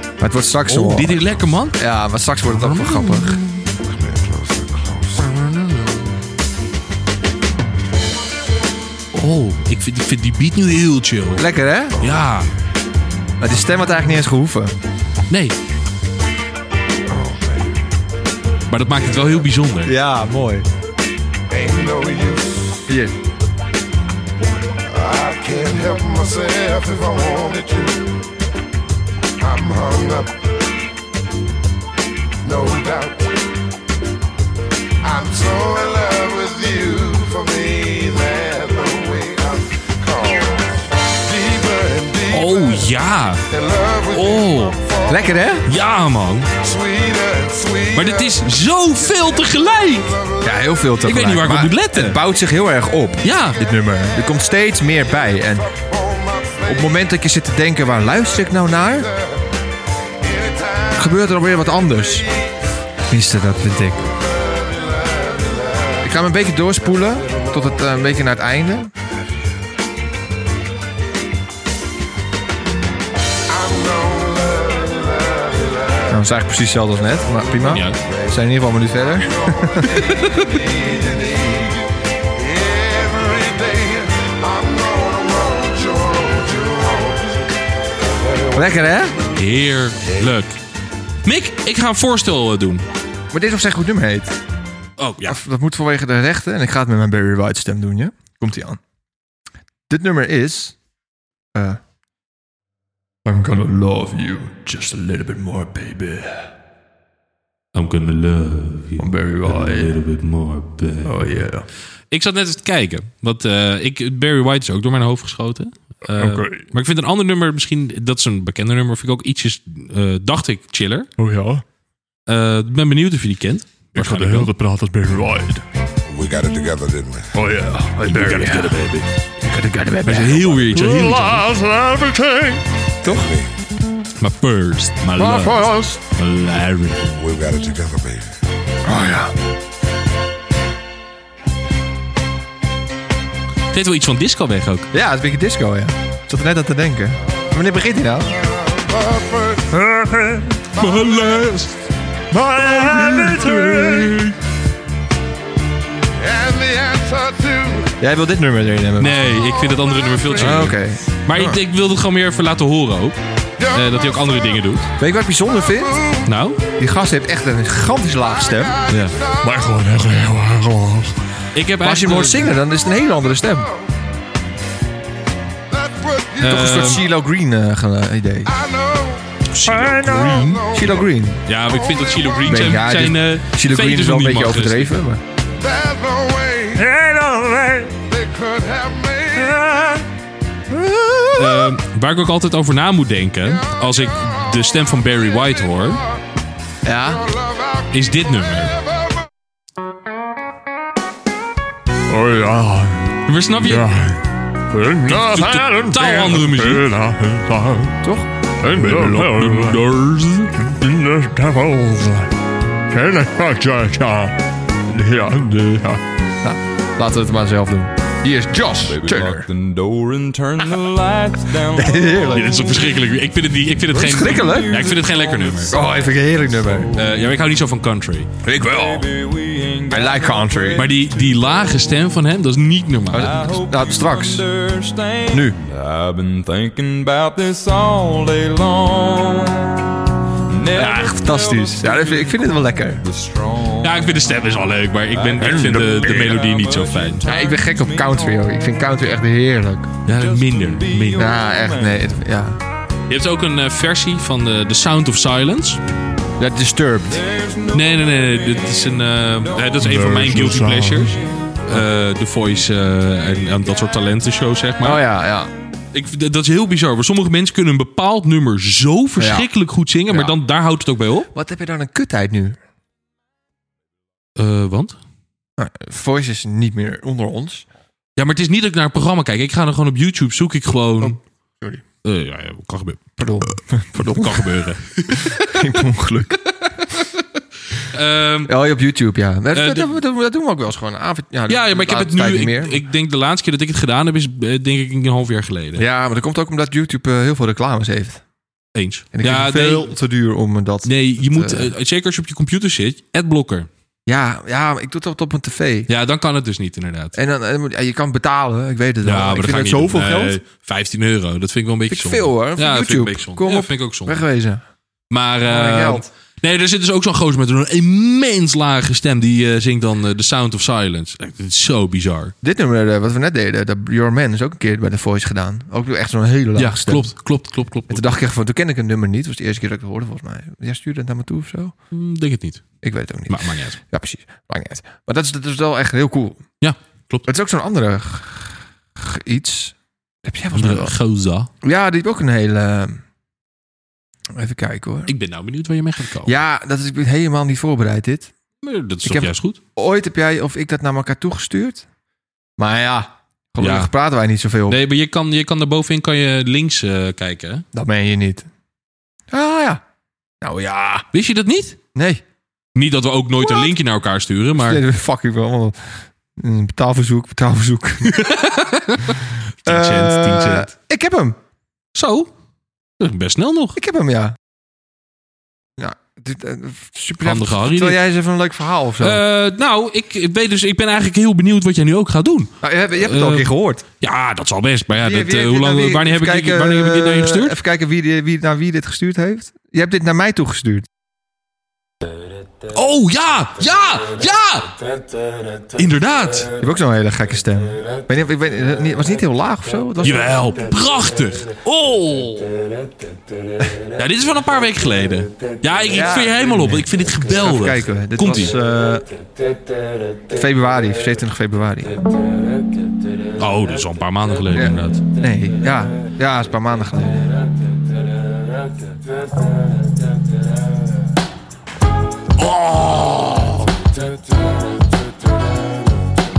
Speaker 1: Maar het wordt straks
Speaker 2: Oh,
Speaker 1: wel-
Speaker 2: dit is lekker, man.
Speaker 1: Ja, maar straks wordt het ook wel grappig.
Speaker 5: Come here closer, closer.
Speaker 2: Oh, ik vind, ik vind die beat nu heel chill.
Speaker 1: Lekker, hè?
Speaker 2: Ja,
Speaker 1: Maar die stem had eigenlijk niet eens gehoeven.
Speaker 2: nee. Maar dat maakt het wel heel bijzonder.
Speaker 1: Ja, mooi.
Speaker 5: Ain't no use.
Speaker 1: Hier.
Speaker 5: I can't help myself if I wanted to. I'm hung up. No doubt. I'm so in love with you. For me, there's no way out. 'Cause Deeper and deeper.
Speaker 2: Oh ja,
Speaker 5: In love with
Speaker 2: oh.
Speaker 1: Lekker, hè?
Speaker 2: Ja man,
Speaker 5: you. Sweeter and sweeter.
Speaker 2: maar dit is zoveel tegelijk.
Speaker 1: Ja, heel veel tegelijk.
Speaker 2: Ik weet niet waar ik op
Speaker 1: maar
Speaker 2: moet letten.
Speaker 1: Het bouwt zich heel erg op.
Speaker 2: Ja,
Speaker 1: dit nummer. Er komt steeds meer bij. En op
Speaker 5: on my
Speaker 2: Oh,
Speaker 1: het
Speaker 5: face.
Speaker 1: moment dat je zit te denken, waar luister ik nou naar?
Speaker 5: Anytime.
Speaker 1: Gebeurt er alweer wat anders. Tenminste, dat vind ik. Ik ga hem een beetje doorspoelen. Tot het eh, een beetje naar het einde. Nou, dat is eigenlijk precies hetzelfde als net. Maar prima.
Speaker 2: Ja.
Speaker 1: We zijn in ieder geval een minuut verder.
Speaker 5: Every day I'm gonna want you, want you, want
Speaker 1: Lekker, hè?
Speaker 2: heerlijk. Mick, ik ga een voorstel eh, doen.
Speaker 1: Maar dit is nog steeds goed nummer heet.
Speaker 2: Oh ja.
Speaker 1: Of, dat moet vanwege de rechten. En ik ga het met mijn Barry White stem doen, ja? Komt-ie aan. Dit nummer is... eh, I'm gonna love you just a little bit more, baby.
Speaker 2: I'm gonna love you
Speaker 1: Barry
Speaker 2: bit more,
Speaker 1: Oh yeah.
Speaker 2: Ik zat net eens te kijken. Want eh, ik, Barry White is ook door mijn hoofd geschoten. Eh,
Speaker 1: Oké.
Speaker 2: Maar ik vind een ander nummer misschien... Dat is een bekender nummer. Vind ik ook ietsjes, eh, dacht ik, chiller.
Speaker 1: Oh ja?
Speaker 2: Eh, Ik ben benieuwd of je die kent. Waarschijnlijk wel.
Speaker 6: tijd praten als Barry White.
Speaker 5: We got it together, didn't we?
Speaker 6: Oh ja, Barry. You gotta get a baby. You gotta get a
Speaker 2: Maar het is heel weird. heel iets anders.
Speaker 6: everything.
Speaker 5: Toch?
Speaker 2: Maar first, my love, my Larry.
Speaker 5: We got it together, baby.
Speaker 6: Oh ja.
Speaker 2: Het heeft wel iets van disco weg ook.
Speaker 1: Ja, het is een beetje disco, ja. Ik zat er net aan te denken. Maar Wanneer begint hij nou?
Speaker 5: And the answer to
Speaker 1: Jij wil dit nummer erin hebben?
Speaker 2: Nee, ik vind het andere nummer veel chiller.
Speaker 1: Ah, Oké.
Speaker 2: Maar ik, ik wilde het gewoon meer even laten horen ook. Eh, dat hij ook andere dingen doet.
Speaker 1: Weet je wat ik bijzonder vind?
Speaker 2: Nou,
Speaker 1: Die gast heeft echt een gigantisch laag stem. Maar
Speaker 2: ja.
Speaker 6: Maar gewoon echt heel erg los.
Speaker 2: ik heb
Speaker 1: als je hem hoort zingen, dan is het een hele andere stem.
Speaker 5: that what you
Speaker 1: Toch een soort
Speaker 2: Ehm,
Speaker 1: CeeLo Green eh, ge- idee.
Speaker 5: I know.
Speaker 1: CeeLo Green.
Speaker 2: Ja, maar ik vind dat Chilo Green
Speaker 1: Nee,
Speaker 2: zijn,
Speaker 1: ja,
Speaker 2: zijn eh,
Speaker 1: dit- CeeLo Green is
Speaker 2: veters
Speaker 1: wel een
Speaker 2: om die man
Speaker 1: beetje
Speaker 2: te zetten.
Speaker 1: overdreven. Maar
Speaker 5: There's no way they could have made
Speaker 2: Ehm, waar ik ook altijd over na moet denken, als ik de stem van Barry White hoor,
Speaker 1: ja,
Speaker 5: love out
Speaker 2: is dit nummer.
Speaker 6: Oh ja.
Speaker 2: Maar snap je?
Speaker 6: Dat
Speaker 2: is een totaal andere muziek.
Speaker 1: toch?
Speaker 6: En de devils. En de ja. Ja, ja.
Speaker 1: Nou, Laten we het maar zelf doen. Hier is Josh Turner.
Speaker 2: Dit
Speaker 1: Heerlijk.
Speaker 2: is toch verschrikkelijk. Ik vind het, niet, ik vind het geen...
Speaker 1: Verschrikkelijk?
Speaker 2: Ja, ik vind het geen lekker nummer.
Speaker 1: Oh, even een heerlijk nummer.
Speaker 2: Eh, ja, maar ik hou niet zo van country.
Speaker 1: Ik wel. I like country.
Speaker 2: Maar die, die lage stem van hem, dat is niet normaal.
Speaker 1: Nou, straks. Nu.
Speaker 7: I've been thinking about this all day long.
Speaker 1: Ja, echt fantastisch. Ja, dat vind- ik vind het wel lekker.
Speaker 2: Ja, ik vind de stem is wel leuk, maar ik, ben, ik vind de, de melodie niet zo fijn.
Speaker 1: Ja, ik ben gek op country, hoor. Ik vind country echt heerlijk.
Speaker 2: Ja, minder. minder.
Speaker 1: Ja, echt, nee. het- ja.
Speaker 2: Je hebt ook een eh, versie van de, The Sound of Silence.
Speaker 1: Ja, Disturbed.
Speaker 2: Nee, nee, nee. nee, Dit is een, eh, eh, dat is een van mijn guilty pleasures. Eh The Voice eh, en, en dat soort talentenshows, zeg maar.
Speaker 1: Oh ja, ja.
Speaker 2: Ik, d- dat is heel bizar. Maar sommige mensen kunnen een bepaald nummer zo verschrikkelijk goed zingen, maar
Speaker 1: Ja.
Speaker 2: dan, daar houdt het ook bij op.
Speaker 1: Wat heb je dan een kutheid nu?
Speaker 2: Eh, want?
Speaker 1: Nou, Voice is niet meer onder ons.
Speaker 2: Ja, maar het is niet dat ik naar het programma kijk. Ik ga dan gewoon op YouTube, zoek ik gewoon...
Speaker 1: Oh, sorry.
Speaker 2: Eh, ja, ja, kan gebeuren.
Speaker 1: Pardon. Pardon.
Speaker 2: Kan gebeuren.
Speaker 1: Geen ongeluk.
Speaker 2: Ehm,
Speaker 1: Ja, Oh, op YouTube, ja. Dat,
Speaker 2: Eh,
Speaker 1: dat-
Speaker 2: de-
Speaker 1: dat- dat doen we ook wel eens gewoon. Avond, ja,
Speaker 2: ja, ja, maar ik heb het
Speaker 1: laatste
Speaker 2: nu...
Speaker 1: tijd
Speaker 2: Ik,
Speaker 1: niet meer.
Speaker 2: ik denk de laatste keer dat ik het gedaan heb, is eh, denk ik een half jaar geleden.
Speaker 1: ja, maar dat komt ook omdat YouTube eh, heel veel reclames heeft.
Speaker 2: Eens.
Speaker 1: En ik
Speaker 2: ja,
Speaker 1: vind het veel
Speaker 2: nee,
Speaker 1: te duur om dat...
Speaker 2: nee, je
Speaker 1: dat,
Speaker 2: moet...
Speaker 1: eh,
Speaker 2: eh, zeker als je op je computer zit, adblocker.
Speaker 1: ja, ja, maar ik doe dat op mijn tv.
Speaker 2: Ja, dan kan het dus niet, inderdaad.
Speaker 1: En dan, en moet- ja, je kan betalen, ik weet het wel.
Speaker 2: maar
Speaker 1: ik
Speaker 2: dat
Speaker 1: vind
Speaker 2: ga
Speaker 1: het
Speaker 2: ik niet
Speaker 1: zoveel
Speaker 2: doen. Nee,
Speaker 1: geld.
Speaker 2: 15 euro, dat vind ik wel een beetje
Speaker 1: Vind ik
Speaker 2: zonde.
Speaker 1: veel, hoor, voor
Speaker 2: Ja, dat vind ik een
Speaker 1: YouTube.
Speaker 2: beetje zonde.
Speaker 1: Kom
Speaker 2: Ja,
Speaker 1: op.
Speaker 2: vind ik ook zonde.
Speaker 1: Wegwezen.
Speaker 2: Maar
Speaker 1: Mooi
Speaker 2: eh,
Speaker 1: geld.
Speaker 2: nee, er zit dus ook zo'n gozer met een immens lage stem. Die eh, zingt dan eh, The Sound of Silence. Eh, Dit is zo bizar.
Speaker 1: Dit nummer eh, wat we net deden, dat Your Man, is ook een keer bij The Voice gedaan. Ook echt zo'n hele lage
Speaker 2: Ja,
Speaker 1: stem.
Speaker 2: klopt, klopt, klopt, klopt.
Speaker 1: En toen dacht ik echt van, toen ken ik het nummer niet. Het was de eerste keer dat ik het hoorde, volgens mij. Jij stuurde het naar me toe of zo?
Speaker 2: Hm, Denk het niet.
Speaker 1: Ik weet het ook niet.
Speaker 2: Maar, maar niet uit.
Speaker 1: Ja, precies. Maakt niet uit. Maar dat is, dat is wel echt heel cool.
Speaker 2: Ja, klopt.
Speaker 1: Het is ook zo'n andere g- g- iets. Heb jij volgens mij
Speaker 2: Andere
Speaker 1: wel?
Speaker 2: gozer.
Speaker 1: Ja, die heeft ook een hele... ehm, Even kijken hoor.
Speaker 2: Ik ben nou benieuwd waar je mee gaat komen.
Speaker 1: Ja, dat is, ik ben helemaal niet voorbereid dit.
Speaker 2: Maar dat is
Speaker 1: Ik
Speaker 2: toch
Speaker 1: heb-
Speaker 2: juist goed?
Speaker 1: Ooit heb jij of ik dat naar elkaar toegestuurd. Maar ja, gelukkig
Speaker 2: Ja.
Speaker 1: praten wij niet zoveel.
Speaker 2: Nee, maar je kan, je kan daarbovenin kan je links eh, kijken. hè?
Speaker 1: Dat meen je niet. Ah ja. Nou ja.
Speaker 2: Wist je dat niet?
Speaker 1: Nee.
Speaker 2: Niet dat we ook nooit een linkje naar elkaar sturen, maar...
Speaker 1: Nee, fucking wel. want een Betaalverzoek, betaalverzoek. Eh, 10
Speaker 2: 10 cent, 10 cent.
Speaker 1: Ik heb hem.
Speaker 2: Zo? Dat is best snel nog.
Speaker 1: Ik heb hem, ja. Ja, dit, eh, super
Speaker 2: Handige Harry
Speaker 1: Vertel
Speaker 2: dit.
Speaker 1: jij eens even een leuk verhaal of zo?
Speaker 2: Eh, nou, ik, ik weet dus, ik ben eigenlijk heel benieuwd wat jij nu ook gaat doen.
Speaker 1: nou, je, hebt, je hebt het al
Speaker 2: eh,
Speaker 1: een keer gehoord.
Speaker 2: Ja, dat zal best. Maar ja,
Speaker 1: Wie-
Speaker 2: dat,
Speaker 1: wie
Speaker 2: eh,
Speaker 1: heeft
Speaker 2: hoe
Speaker 1: dit
Speaker 2: lang,
Speaker 1: naar wie-
Speaker 2: wanneer, heb ik,
Speaker 1: nou, even
Speaker 2: dit-
Speaker 1: kijken,
Speaker 2: wanneer heb ik dit naar je
Speaker 1: eh,
Speaker 2: gestuurd?
Speaker 1: Even kijken wie, die- wie, naar wie dit gestuurd heeft. Je hebt dit naar mij toegestuurd.
Speaker 2: Oh ja, ja, ja! Inderdaad.
Speaker 1: Je hebt ook zo'n hele gekke stem. Ik weet niet, ik weet, eh, niet- het was niet heel laag of zo. Het was
Speaker 2: Jawel, prachtig. Oh! Ja, dit is wel een paar weken geleden. Ja, ik, ik
Speaker 1: Ja.
Speaker 2: vind je helemaal op. Ik vind dit
Speaker 1: Even
Speaker 2: geweldig.
Speaker 1: kijken. Dit
Speaker 2: Komt
Speaker 1: was
Speaker 2: ie.
Speaker 1: eh, februari, 27 februari.
Speaker 2: Oh, dat is al een paar maanden geleden
Speaker 1: Ja.
Speaker 2: inderdaad.
Speaker 1: Nee, ja. Ja, is een paar maanden geleden.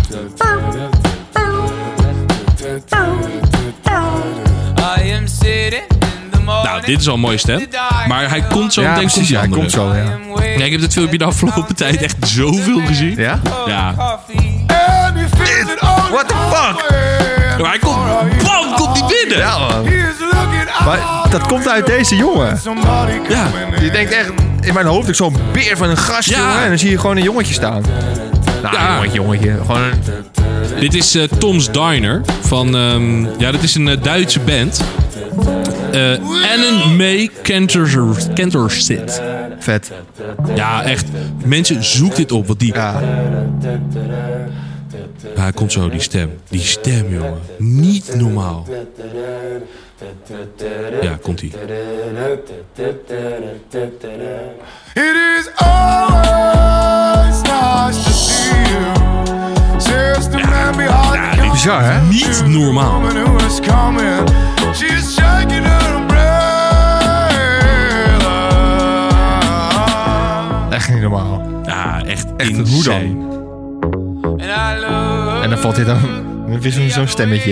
Speaker 1: Ah.
Speaker 8: I am sitting in the morning.
Speaker 2: Nou, dit is al een mooie stem. Maar hij komt zo
Speaker 1: Ja,
Speaker 2: meteen
Speaker 1: precies. Ja, hij
Speaker 2: komt
Speaker 1: komt zo. Ja.
Speaker 2: Ja, ik heb dit filmpje de afgelopen tijd echt zoveel gezien.
Speaker 1: ja?
Speaker 2: Ja.
Speaker 8: Coffee.
Speaker 1: What the fuck?
Speaker 2: Maar hij komt, bam, komt die binnen. Ja.
Speaker 1: Ja, man. Maar dat komt uit deze jongen. Je denkt echt, in mijn hoofd, ik zo'n beer van een gast,
Speaker 2: Ja.
Speaker 1: jongen. En dan zie je gewoon een jongetje staan. Nou,
Speaker 2: Ja.
Speaker 1: jongetje, jongetje. Gewoon een...
Speaker 2: Dit is eh, Tom's Diner van... ehm, ja, dat is een eh, Duitse band. Eh Anne May Kenter- Kentersit.
Speaker 1: Vet.
Speaker 2: Ja, echt. Mensen, zoek dit op. Want die...
Speaker 1: Ja.
Speaker 2: Ja, komt zo, die stem. Die stem, jongen. Niet normaal. Ja, komt ie.
Speaker 5: It is always nice to see you. Just the man behind the
Speaker 1: Bizar, hè?
Speaker 2: Niet normaal.
Speaker 5: woman who is coming. She's shaking her umbrella.
Speaker 1: Echt niet normaal.
Speaker 2: Ja, echt
Speaker 1: Echt,
Speaker 2: insane.
Speaker 1: hoe dan?
Speaker 8: And I love
Speaker 1: En dan valt dit dan... Dan is er zo'n stemmetje.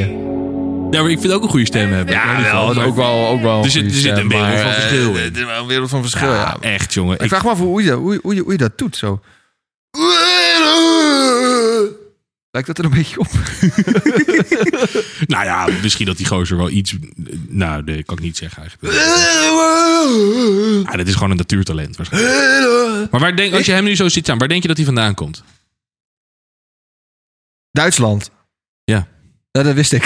Speaker 2: Ja, maar ik vind ook een goede stem hebben.
Speaker 1: Ja,
Speaker 2: die
Speaker 1: wel.
Speaker 2: valt, Ah, maar-
Speaker 1: Ook wel, ook wel
Speaker 2: Er zit- er
Speaker 1: goede
Speaker 2: zit een
Speaker 1: stem,
Speaker 2: wereld
Speaker 1: maar,
Speaker 2: van
Speaker 1: eh,
Speaker 2: verschil in.
Speaker 1: Er is wel een wereld van verschil, ja.
Speaker 2: Ja, echt, jongen.
Speaker 1: Ik
Speaker 2: Ik-
Speaker 1: vraag me af hoe je, dat- hoe, hoe, je, hoe je dat doet, zo. Lijkt dat er een beetje op?
Speaker 2: nou ja, misschien dat die gozer wel iets... Nou, nee, kan ik niet zeggen eigenlijk. Ja, dat is gewoon een natuurtalent waarschijnlijk. Maar waar denk, als je hem nu zo ziet staan, waar denk je dat hij vandaan komt?
Speaker 1: Duitsland.
Speaker 2: Ja.
Speaker 1: Ja, dat wist ik.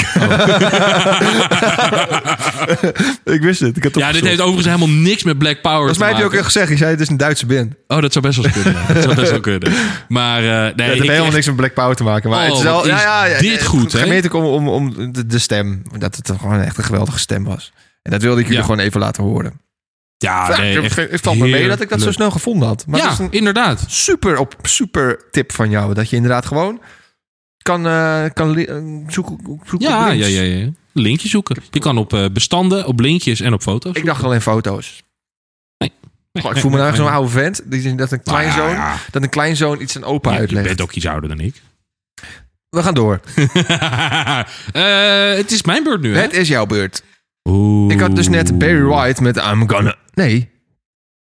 Speaker 1: ik wist het. Ik had het
Speaker 2: Ja, dit
Speaker 1: opgezocht.
Speaker 2: heeft overigens helemaal niks met Black Power
Speaker 1: Volgens mij
Speaker 2: te
Speaker 1: heb je ook
Speaker 2: maken.
Speaker 1: echt gezegd, je zei het is een Duitse band.
Speaker 2: Oh, dat zou best wel eens kunnen. ja. dat zou best wel kunnen. Maar eh, nee,
Speaker 1: het heeft
Speaker 2: ik
Speaker 1: helemaal
Speaker 2: echt-
Speaker 1: niks met Black Power te maken. Maar
Speaker 2: Oh,
Speaker 1: het is wel,
Speaker 2: wat is
Speaker 1: ja, ja, ja,
Speaker 2: dit
Speaker 1: het
Speaker 2: goed, hè?
Speaker 1: gemeet ook om, om, om de, de stem. Dat het gewoon echt een geweldige stem was. En dat wilde ik jullie
Speaker 2: Ja.
Speaker 1: gewoon even laten horen.
Speaker 2: Ja,
Speaker 1: Ja,
Speaker 2: nee,
Speaker 1: ik-
Speaker 2: echt
Speaker 1: het valt me mee dat ik dat zo
Speaker 2: heerlijk.
Speaker 1: snel gevonden had. Maar dat is
Speaker 2: Ja,
Speaker 1: een
Speaker 2: inderdaad.
Speaker 1: super, op, super tip van jou. Dat je inderdaad gewoon kan, eh, kan le- eh, zoeken. zoeken op
Speaker 2: Ja, ja,
Speaker 1: links.
Speaker 2: ja, ja. Linkje zoeken. Je kan op eh, bestanden, op linkjes en op foto's.
Speaker 1: Ik dacht alleen foto's.
Speaker 2: Nee,
Speaker 1: Goh,
Speaker 2: nee,
Speaker 1: ik voel me nou
Speaker 2: nee,
Speaker 1: echt zo'n
Speaker 2: nee.
Speaker 1: oude vent. Die, dat, een
Speaker 2: Nou ja,
Speaker 1: kleinzoon,
Speaker 2: ja.
Speaker 1: dat een kleinzoon iets aan opa
Speaker 2: Ja, Je
Speaker 1: uitlegt.
Speaker 2: bent ook iets ouder dan ik.
Speaker 1: We gaan door.
Speaker 2: Eh, het is mijn beurt nu, hè?
Speaker 1: Het is jouw beurt.
Speaker 2: Oeh.
Speaker 1: Ik had dus net Barry White met I'm gonna... Nee,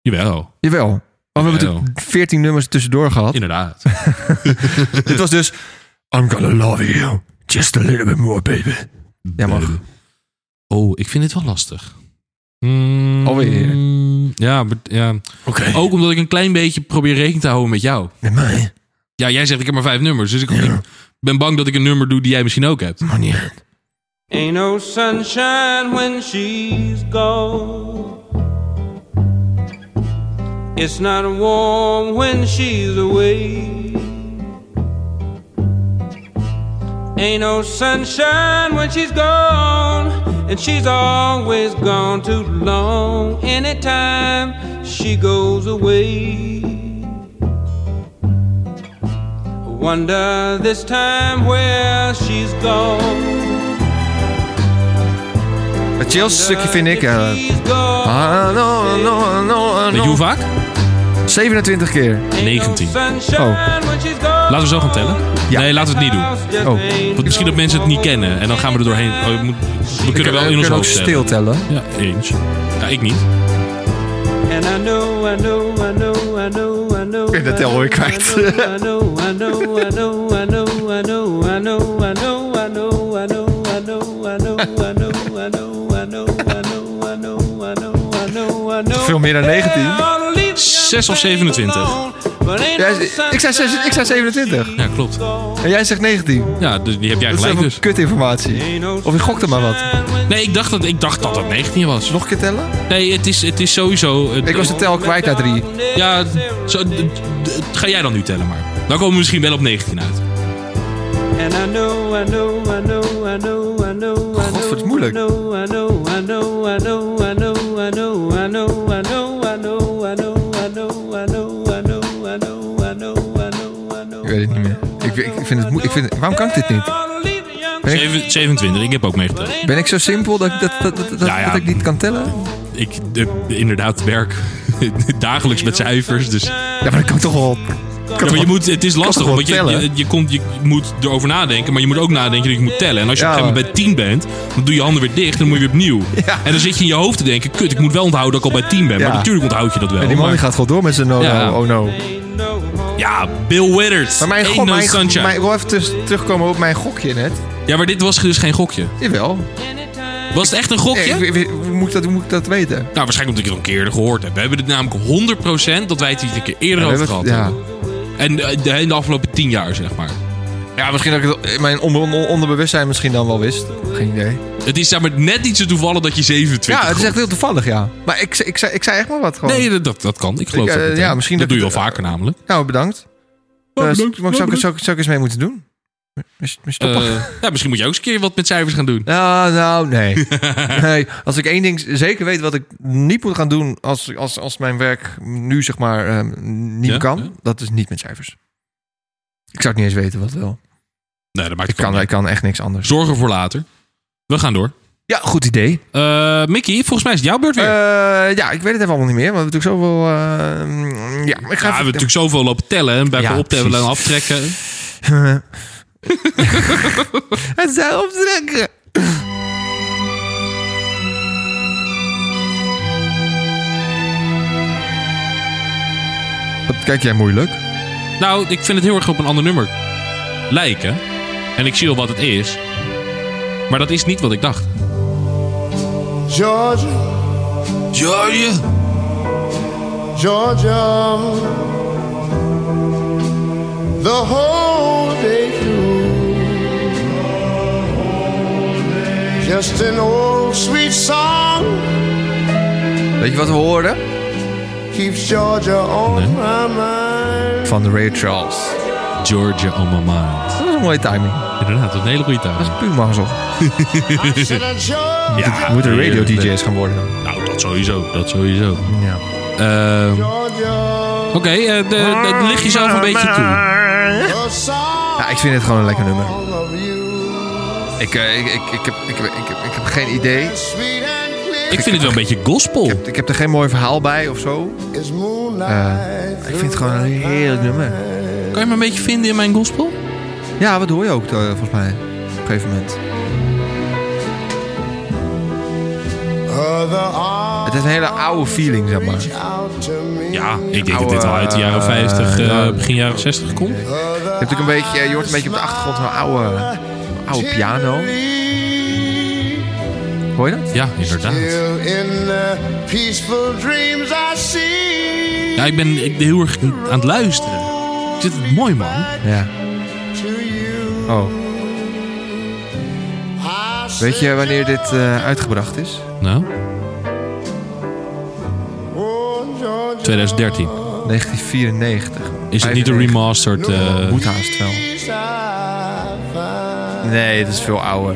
Speaker 2: Jawel,
Speaker 1: jawel. Want we hebben
Speaker 2: Jawel.
Speaker 1: natuurlijk 14 nummers tussendoor gehad.
Speaker 2: inderdaad.
Speaker 1: Dit was dus... I'm gonna love you. Just a little bit more, baby. Ja, mag.
Speaker 2: Oh, ik vind dit wel lastig. Mm,
Speaker 1: Alweer.
Speaker 2: Ja, maar- ja,
Speaker 1: Oké.
Speaker 2: ook omdat ik een klein beetje probeer rekening te houden met jou.
Speaker 1: Met mij.
Speaker 2: Ja, jij zegt ik heb maar vijf nummers. Dus ik ik ben bang dat ik een nummer doe die jij misschien ook hebt.
Speaker 1: Maar niet uit.
Speaker 8: Ain't no sunshine when she's gone. It's not warm when she's away. Ain't no sunshine when she's gone. And she's always gone too long. Anytime she goes away. Wonder this time where she's gone.
Speaker 1: Het chillste stukje vind ik... eh,
Speaker 8: She's gone.
Speaker 1: ah, no, no, Oh, no,
Speaker 2: Weet je hoe
Speaker 1: no.
Speaker 2: vaak?
Speaker 1: 27 keer.
Speaker 2: 19.
Speaker 1: Oh.
Speaker 2: Oh. Laten
Speaker 8: Laten
Speaker 2: we zo gaan tellen?
Speaker 1: Ja.
Speaker 2: Nee, laten we het niet doen.
Speaker 1: Oh.
Speaker 2: Want misschien dat mensen het niet kennen. En dan gaan we er doorheen. Oh, we moet- we kunnen wel in ons
Speaker 1: ook
Speaker 2: hoofd
Speaker 1: stil tellen.
Speaker 2: tellen. Ja, eens. Ja, ik niet.
Speaker 8: En I know, I know, I know, I know, I know.
Speaker 1: ben de tel alweer kwijt.
Speaker 8: I know, I know, I know, I know, I know, I know, I know, I know, I know, I know, I know, I know, I know, I know, I know, I know, I know, I know, I know.
Speaker 1: Veel meer dan 19.
Speaker 2: Zes of 27?
Speaker 1: Ja, ik, zei, zes- ik zei 27.
Speaker 2: Ja, klopt.
Speaker 1: En jij zegt 19.
Speaker 2: Ja, dus die heb jij
Speaker 1: Dat is
Speaker 2: gelijk
Speaker 1: even
Speaker 2: dus.
Speaker 1: kutinformatie. Of ik gokte maar wat.
Speaker 2: Nee, ik dacht dat ik dacht dat, dat 19 was.
Speaker 1: Nog een keer tellen?
Speaker 2: Nee, het is, het is sowieso... het-
Speaker 1: Ik was de tel kwijt na drie.
Speaker 2: Ja, zo, d- d- d- ga jij dan nu tellen maar. Dan komen we misschien wel op 19 uit.
Speaker 8: And I know, I know, I know, I know, I know, I know.
Speaker 1: God, wat moeilijk.
Speaker 8: I know, I know, I know, I know, I know, I know, I know, I know, I know, I know, I know, I know, I know, I know, I know, I know, I know.
Speaker 1: Ik weet het niet meer. Ik, ik vind het moe- ik vind, waarom kan ik dit niet? Ben ik,
Speaker 2: Zeven- 27, ik heb ook meegeteld.
Speaker 1: ben ik zo simpel dat, ik dat, dat, dat, dat,
Speaker 2: Ja, ja.
Speaker 1: dat ik niet kan tellen?
Speaker 2: Ik eh, inderdaad werk dagelijks met cijfers, dus
Speaker 1: Ja, maar dat kan toch wel...
Speaker 2: Ja, maar je moet, het is lastig,
Speaker 1: toch wel
Speaker 2: want je,
Speaker 1: tellen?
Speaker 2: je, je, komt, je moet erover nadenken, maar je moet ook nadenken dat je moet tellen. En als je
Speaker 1: Ja.
Speaker 2: op een gegeven moment bij 10 bent, dan doe je handen weer dicht en dan moet je weer opnieuw.
Speaker 1: Ja.
Speaker 2: En dan zit je in je hoofd te denken, kut, ik moet wel onthouden dat ik al bij 10 ben.
Speaker 1: Ja.
Speaker 2: Maar natuurlijk onthoud je dat wel.
Speaker 1: En die man die
Speaker 2: maar-
Speaker 1: gaat gewoon door met zijn no,
Speaker 2: Ja.
Speaker 1: no, oh no.
Speaker 2: ja, Bill Withers.
Speaker 1: Maar mijn,
Speaker 2: Ain't
Speaker 1: gok,
Speaker 2: no
Speaker 1: mijn,
Speaker 2: sunshine.
Speaker 1: mijn, ik wil even terug- terugkomen op mijn gokje net.
Speaker 2: Ja, maar dit was dus geen gokje.
Speaker 1: Jawel.
Speaker 2: Was het echt een
Speaker 1: Eh,
Speaker 2: gokje?
Speaker 1: ik- ik- Hoe moet, ik dat- hoe moet ik dat weten?
Speaker 2: Nou, waarschijnlijk omdat ik het al een keer eerder gehoord heb. We hebben het namelijk 100% dat wij het hier een keer eerder over gehad
Speaker 1: ja.
Speaker 2: hebben. En eh, de, in de afgelopen 10 jaar, zeg maar.
Speaker 1: ja, misschien dat ik het in mijn onder, onder- onderbewustzijn misschien dan wel wist. Geen idee.
Speaker 2: Het is zeg maar net niet zo toevallig dat je 27
Speaker 1: Ja, het is
Speaker 2: gokt.
Speaker 1: echt heel toevallig, ja. Maar ik, ik, zei- ik zei echt maar wat gewoon.
Speaker 2: Nee, dat- dat, dat kan. Ik geloof
Speaker 1: Ik,
Speaker 2: dat.
Speaker 1: eh,
Speaker 2: het,
Speaker 1: ja,
Speaker 2: hè.
Speaker 1: misschien
Speaker 2: dat
Speaker 1: dat
Speaker 2: doe je al
Speaker 1: het,
Speaker 2: vaker namelijk.
Speaker 1: Nou, bedankt. Eh,
Speaker 2: Oh, bedankt.
Speaker 1: zou, ik-
Speaker 2: Oh,
Speaker 1: zou, ik-
Speaker 2: bedankt.
Speaker 1: zou, ik- zou ik eens mee moeten doen? Mis, mis stoppen?
Speaker 2: Eh, ja, misschien moet je ook eens een keer wat met cijfers gaan doen.
Speaker 1: Nou, nou, nee. nee. Als ik één ding z- zeker weet wat ik niet moet gaan doen als, als, als mijn werk nu zeg maar ehm, niet
Speaker 2: Ja,
Speaker 1: meer kan,
Speaker 2: ja.
Speaker 1: dat is niet met cijfers. Ik zou het niet eens weten wat wel.
Speaker 2: Nee, dat maakt
Speaker 1: Ik
Speaker 2: het
Speaker 1: kan,
Speaker 2: niet.
Speaker 1: ik kan echt niks anders.
Speaker 2: Zorgen voor later. We gaan door.
Speaker 1: Ja, goed idee.
Speaker 2: Eh, Mickey, volgens mij is het jouw beurt weer.
Speaker 1: Eh, ja, ik weet het even allemaal niet meer, want we hebben natuurlijk zoveel... eh, ja, ik
Speaker 2: ja, we
Speaker 1: ga
Speaker 2: hebben
Speaker 1: even...
Speaker 2: natuurlijk zoveel lopen tellen. En bij
Speaker 1: Ja,
Speaker 2: elkaar optellen en
Speaker 1: precies.
Speaker 2: aftrekken.
Speaker 1: Het zijn optrekken. Wat kijk jij moeilijk?
Speaker 2: Nou, ik vind het heel erg op een ander nummer lijken. En ik zie al wat het is. Maar dat is niet wat ik dacht.
Speaker 5: Georgia,
Speaker 2: Georgia.
Speaker 5: Georgia. The whole day through. Just an old sweet song
Speaker 1: Weet je wat we hoorden?
Speaker 5: keeps Georgia on my mind.
Speaker 1: Van de Ray Charles.
Speaker 2: Georgia on my mind.
Speaker 1: Dat is een mooie timing.
Speaker 2: Inderdaad, dat is een hele goede taal.
Speaker 1: Dat is puur mazzel.
Speaker 5: Georgia,
Speaker 2: Ja,
Speaker 1: Moeten radio
Speaker 2: heerlijk.
Speaker 1: DJ's gaan worden.
Speaker 2: Nou, dat sowieso. Dat sowieso.
Speaker 1: Ja.
Speaker 2: Ehm,
Speaker 5: Georgia,
Speaker 2: Oké, eh, de- de- dat ligt jezelf een beetje toe.
Speaker 5: the song
Speaker 1: ja, ik vind het gewoon een lekker nummer.
Speaker 5: of you.
Speaker 1: Ik, eh, ik, ik, ik, heb, ik, heb, ik, heb, ik heb geen idee.
Speaker 5: Sweet and clear
Speaker 2: Ik vind het wel een beetje gospel.
Speaker 1: Ik heb, ik heb er geen mooi verhaal bij of zo.
Speaker 5: is
Speaker 1: Uh.
Speaker 5: moonlight.
Speaker 1: Eh, Ik vind het gewoon een heerlijk nummer.
Speaker 2: Kan je me een beetje vinden in mijn gospel?
Speaker 1: Ja, wat hoor je ook eh, volgens mij op een gegeven moment.
Speaker 5: Other arms
Speaker 1: Het is een hele oude feeling, zeg maar. Je
Speaker 5: out to me.
Speaker 2: Ja, ik denk dat
Speaker 1: Oude,
Speaker 2: dit al uit de jaren
Speaker 1: eh,
Speaker 2: 50, eh,
Speaker 1: ja.
Speaker 2: begin jaren 60 komt.
Speaker 1: hebt natuurlijk een beetje, eh, je hoort een beetje op de achtergrond een oude, oude piano. Hoor je dat?
Speaker 2: Ja, inderdaad.
Speaker 5: Still in the peaceful dreams I see.
Speaker 2: Ja, ik ben ik ben heel erg aan het luisteren. Ik zit het mooi, man.
Speaker 1: Ja.
Speaker 5: To you.
Speaker 1: Oh.
Speaker 5: I
Speaker 1: Weet je wanneer dit eh, uitgebracht is?
Speaker 2: Nou,
Speaker 5: Oh, Georgia,
Speaker 2: 2013.
Speaker 1: 1994.
Speaker 2: Is het niet een remastered? eh,
Speaker 1: Moet haast wel.
Speaker 5: peace I find.
Speaker 1: Nee, dat is veel ouder.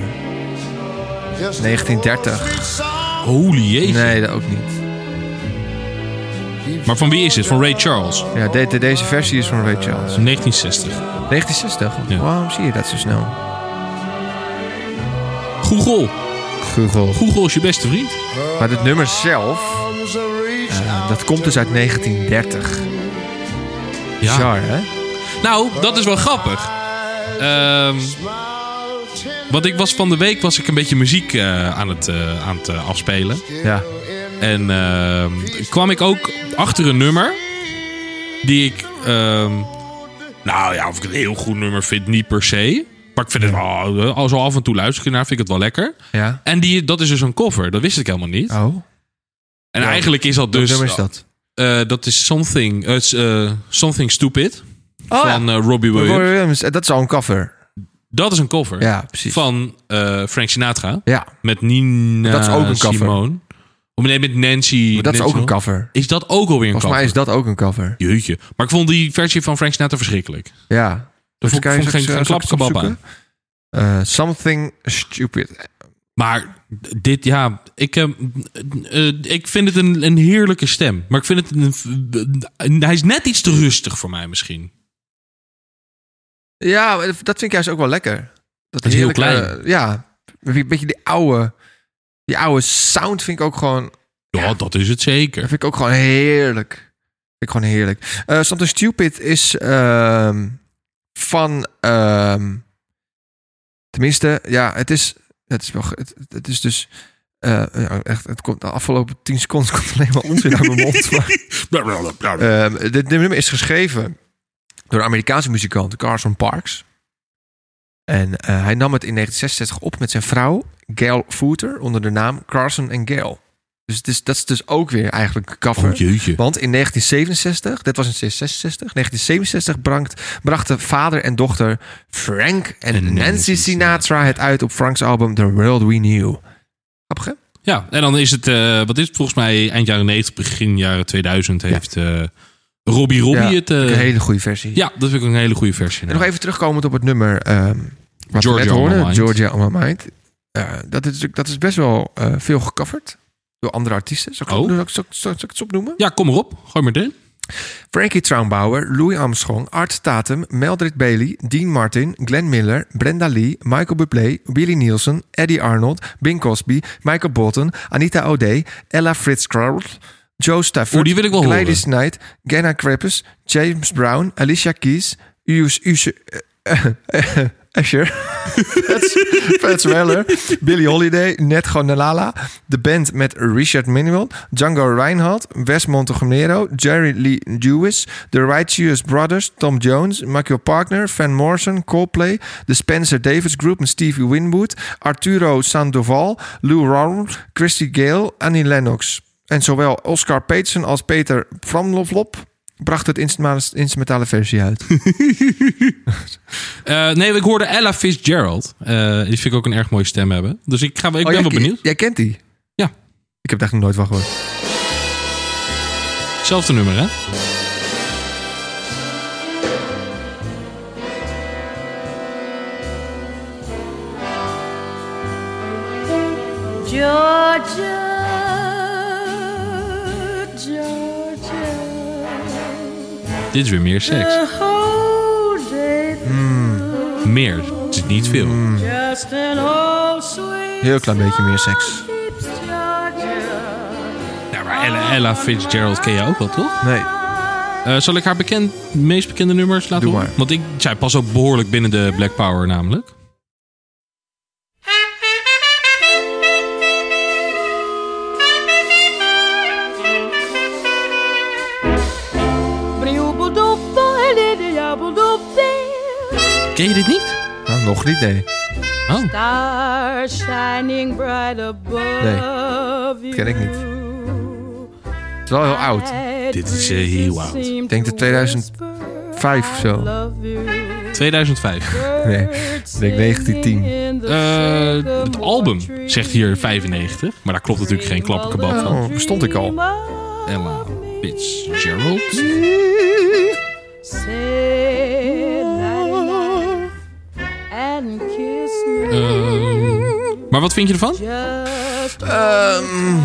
Speaker 5: Just
Speaker 1: 1930.
Speaker 2: holy jeetje.
Speaker 1: Nee, dat ook niet.
Speaker 2: Maar van wie is dit? Van Ray Charles.
Speaker 1: Ja, de- de- deze versie is van Ray Charles.
Speaker 2: 1960.
Speaker 1: 1960?
Speaker 2: Ja.
Speaker 1: Waarom zie je dat zo snel?
Speaker 2: Google.
Speaker 1: Google.
Speaker 2: Google is je beste vriend.
Speaker 1: Maar dit nummer zelf,
Speaker 5: arms are reaching
Speaker 1: eh, dat komt dus uit 1930.
Speaker 2: Ja.
Speaker 1: Bizar, hè?
Speaker 2: Nou, dat is wel grappig. Ehm, want ik was van de week was ik een beetje muziek eh, aan het, eh, aan het eh, afspelen.
Speaker 1: Ja.
Speaker 2: En ehm, kwam ik ook achter een nummer. Die ik. ehm, nou ja, of ik het een heel goed nummer vind, niet per se. Maar ik vind het wel. eh, Als al af en toe luister ik ernaar, vind ik het wel lekker.
Speaker 1: Ja.
Speaker 2: En die, dat is dus een cover. Dat wist ik helemaal niet.
Speaker 1: Oh, wat
Speaker 2: en eigenlijk is dat dus.
Speaker 1: nummer is dat?
Speaker 2: eh, dat is Something, eh, s- eh, something Stupid.
Speaker 1: Oh,
Speaker 2: van eh, Robbie
Speaker 1: Roy
Speaker 2: Williams.
Speaker 1: Williams, eh, dat is al een cover.
Speaker 2: Dat is een cover.
Speaker 1: Ja, precies.
Speaker 2: Van eh, Frank Sinatra.
Speaker 1: Ja,
Speaker 2: Met Nina
Speaker 1: Dat is ook een cover.
Speaker 2: Simone. Of nee, met Nancy.
Speaker 1: maar dat is
Speaker 2: Nancy
Speaker 1: ook een
Speaker 2: Mo-
Speaker 1: cover.
Speaker 2: Is dat ook alweer een
Speaker 1: Volgens
Speaker 2: cover?
Speaker 1: mij is dat ook een cover.
Speaker 2: Jeetje. Maar ik vond die versie van Frank Sinatra verschrikkelijk.
Speaker 1: Ja. Dus
Speaker 2: vond-
Speaker 1: kan je
Speaker 2: vond
Speaker 1: straks-
Speaker 2: geen- geen
Speaker 1: straks
Speaker 2: klapkebab
Speaker 1: opzoeken? Eh, something stupid.
Speaker 2: Maar dit, ja, ik, eh, eh, ik vind het een, een heerlijke stem. Maar ik vind het een, een- hij is net iets te rustig voor mij misschien.
Speaker 1: Ja, maar dat vind ik juist ook wel lekker. Dat
Speaker 2: is heel
Speaker 1: heerlijke-
Speaker 2: klein.
Speaker 1: eh, ja, een beetje die oude, die oude sound vind ik ook gewoon,
Speaker 2: Ja, dat is het zeker.
Speaker 1: vind ik ook gewoon heerlijk. ik gewoon heerlijk. Eh Something Stupid is ehm, van... ehm, tenminste, ja, het is... Het is, wel, ge- het, het is dus... eh, ja, echt, het komt, de afgelopen 10 seconden komt alleen maar onzin uit mijn mond. Maar, Ehm, dit, dit nummer is geschreven door de Amerikaanse muzikant Carson Parks. En eh, hij nam het in 1966 op met zijn vrouw Gail Footer onder de naam Carson en Gail. Dus het is, dat is dus ook weer eigenlijk een cover.
Speaker 2: Oh, jeetje.
Speaker 1: Want in 1967, dit was in 1966, 1967 bracht, brachten vader en dochter Frank en,
Speaker 2: En
Speaker 1: Nancy,
Speaker 2: Nancy
Speaker 1: Sinatra het uit op Franks album The World We Knew. Grappig hè?
Speaker 2: Ja, en dan is het, eh, wat is het volgens mij, eind jaren 90, begin jaren 2000 heeft eh, Robbie Robbie
Speaker 1: Ja,
Speaker 2: het... eh,
Speaker 1: Een hele goede versie.
Speaker 2: ja, dat vind ik een hele goede versie.
Speaker 1: En nog even terugkomend op het nummer ehm wat
Speaker 2: Georgia
Speaker 1: we net
Speaker 2: on my
Speaker 1: hoorden,
Speaker 2: mind.
Speaker 1: Georgia on My Mind. Eh, dat, is, natuurlijk- dat is best wel eh, veel gecoverd door andere artiesten. Zal ik,
Speaker 2: Oh.
Speaker 1: zal ik- zal ik- zal ik het opnoemen?
Speaker 2: Ja, kom maar op. Gooi maar erin.
Speaker 1: Frankie Traumbauer, Louis Armstrong, Art Tatum, Meldred Bailey, Dean Martin, Glenn Miller, Brenda Lee, Michael Bublé, Willie Nielsen, Eddie Arnold, Bing Crosby, Michael Bolton, Anita O'Day, Ella Fitzgerald, Joe Stafford,
Speaker 2: Oeh, Oh, die wil ik wel
Speaker 1: Gladys Knight, Ganna Krappus, James Brown, Alicia Keys, Us- Us- eh, eh, eh, Usher, Fats Weller, Billie Holiday, Net Gonalala, de band met Richard Manuel, Django Reinhardt, Wes Montenegro, Jerry Lee Lewis, The Righteous Brothers, Tom Jones, Michael Partner, Van Morrison, Coldplay, The Spencer Davis Group met Stevie Winwood, Arturo Sandoval, Lou Rawls, Christy Gale, Annie Lennox. En zowel Oscar Peterson als Peter Vlamloflop bracht het instrumentale, instrumentale versie uit.
Speaker 2: Eh, nee, ik hoorde Ella Fitzgerald. Eh, die vind ik ook een erg mooie stem hebben. Dus ik, ga, ik
Speaker 1: Oh,
Speaker 2: ben
Speaker 1: jij
Speaker 2: wel
Speaker 1: ke-
Speaker 2: benieuwd.
Speaker 1: Jij kent die?
Speaker 2: Ja.
Speaker 1: Ik heb daar nog nooit van gehoord.
Speaker 2: Zelfde nummer, hè?
Speaker 9: Georgia, Georgia,
Speaker 2: Dit is weer meer seks.
Speaker 9: the whole day Hmm. through.
Speaker 2: Hmm. Meer. Het is niet veel.
Speaker 9: Just an old sweet
Speaker 1: Heel klein beetje meer seks.
Speaker 9: song keeps Georgia
Speaker 2: Ja, maar Ella, Ella Fitzgerald ken je ook wel, toch?
Speaker 1: Nee.
Speaker 2: Eh, zal ik haar bekend, meest bekende nummers laten
Speaker 1: Doe
Speaker 2: horen?
Speaker 1: maar.
Speaker 2: Want ik, zij past ook behoorlijk binnen de Black Power namelijk.
Speaker 9: Briobodopa, elidiabodopi.
Speaker 2: Ken je dit niet? Oh.
Speaker 1: Nou, nog niet, nee.
Speaker 9: Stars shining bright above
Speaker 1: ken ik niet.
Speaker 9: you.
Speaker 1: Het is wel heel oud.
Speaker 2: Dit is, eh, heel oud.
Speaker 9: Ik
Speaker 1: denk dat 2005 of zo.
Speaker 2: 2005.
Speaker 1: Nee, ik denk 1910.
Speaker 2: Eh, het album zegt hier 95. Maar daar klopt natuurlijk geen klappenkebab van.
Speaker 1: Oh, bestond ik al.
Speaker 2: Ella Fitzgerald. Ehm, maar wat vind je ervan?
Speaker 1: Ehm,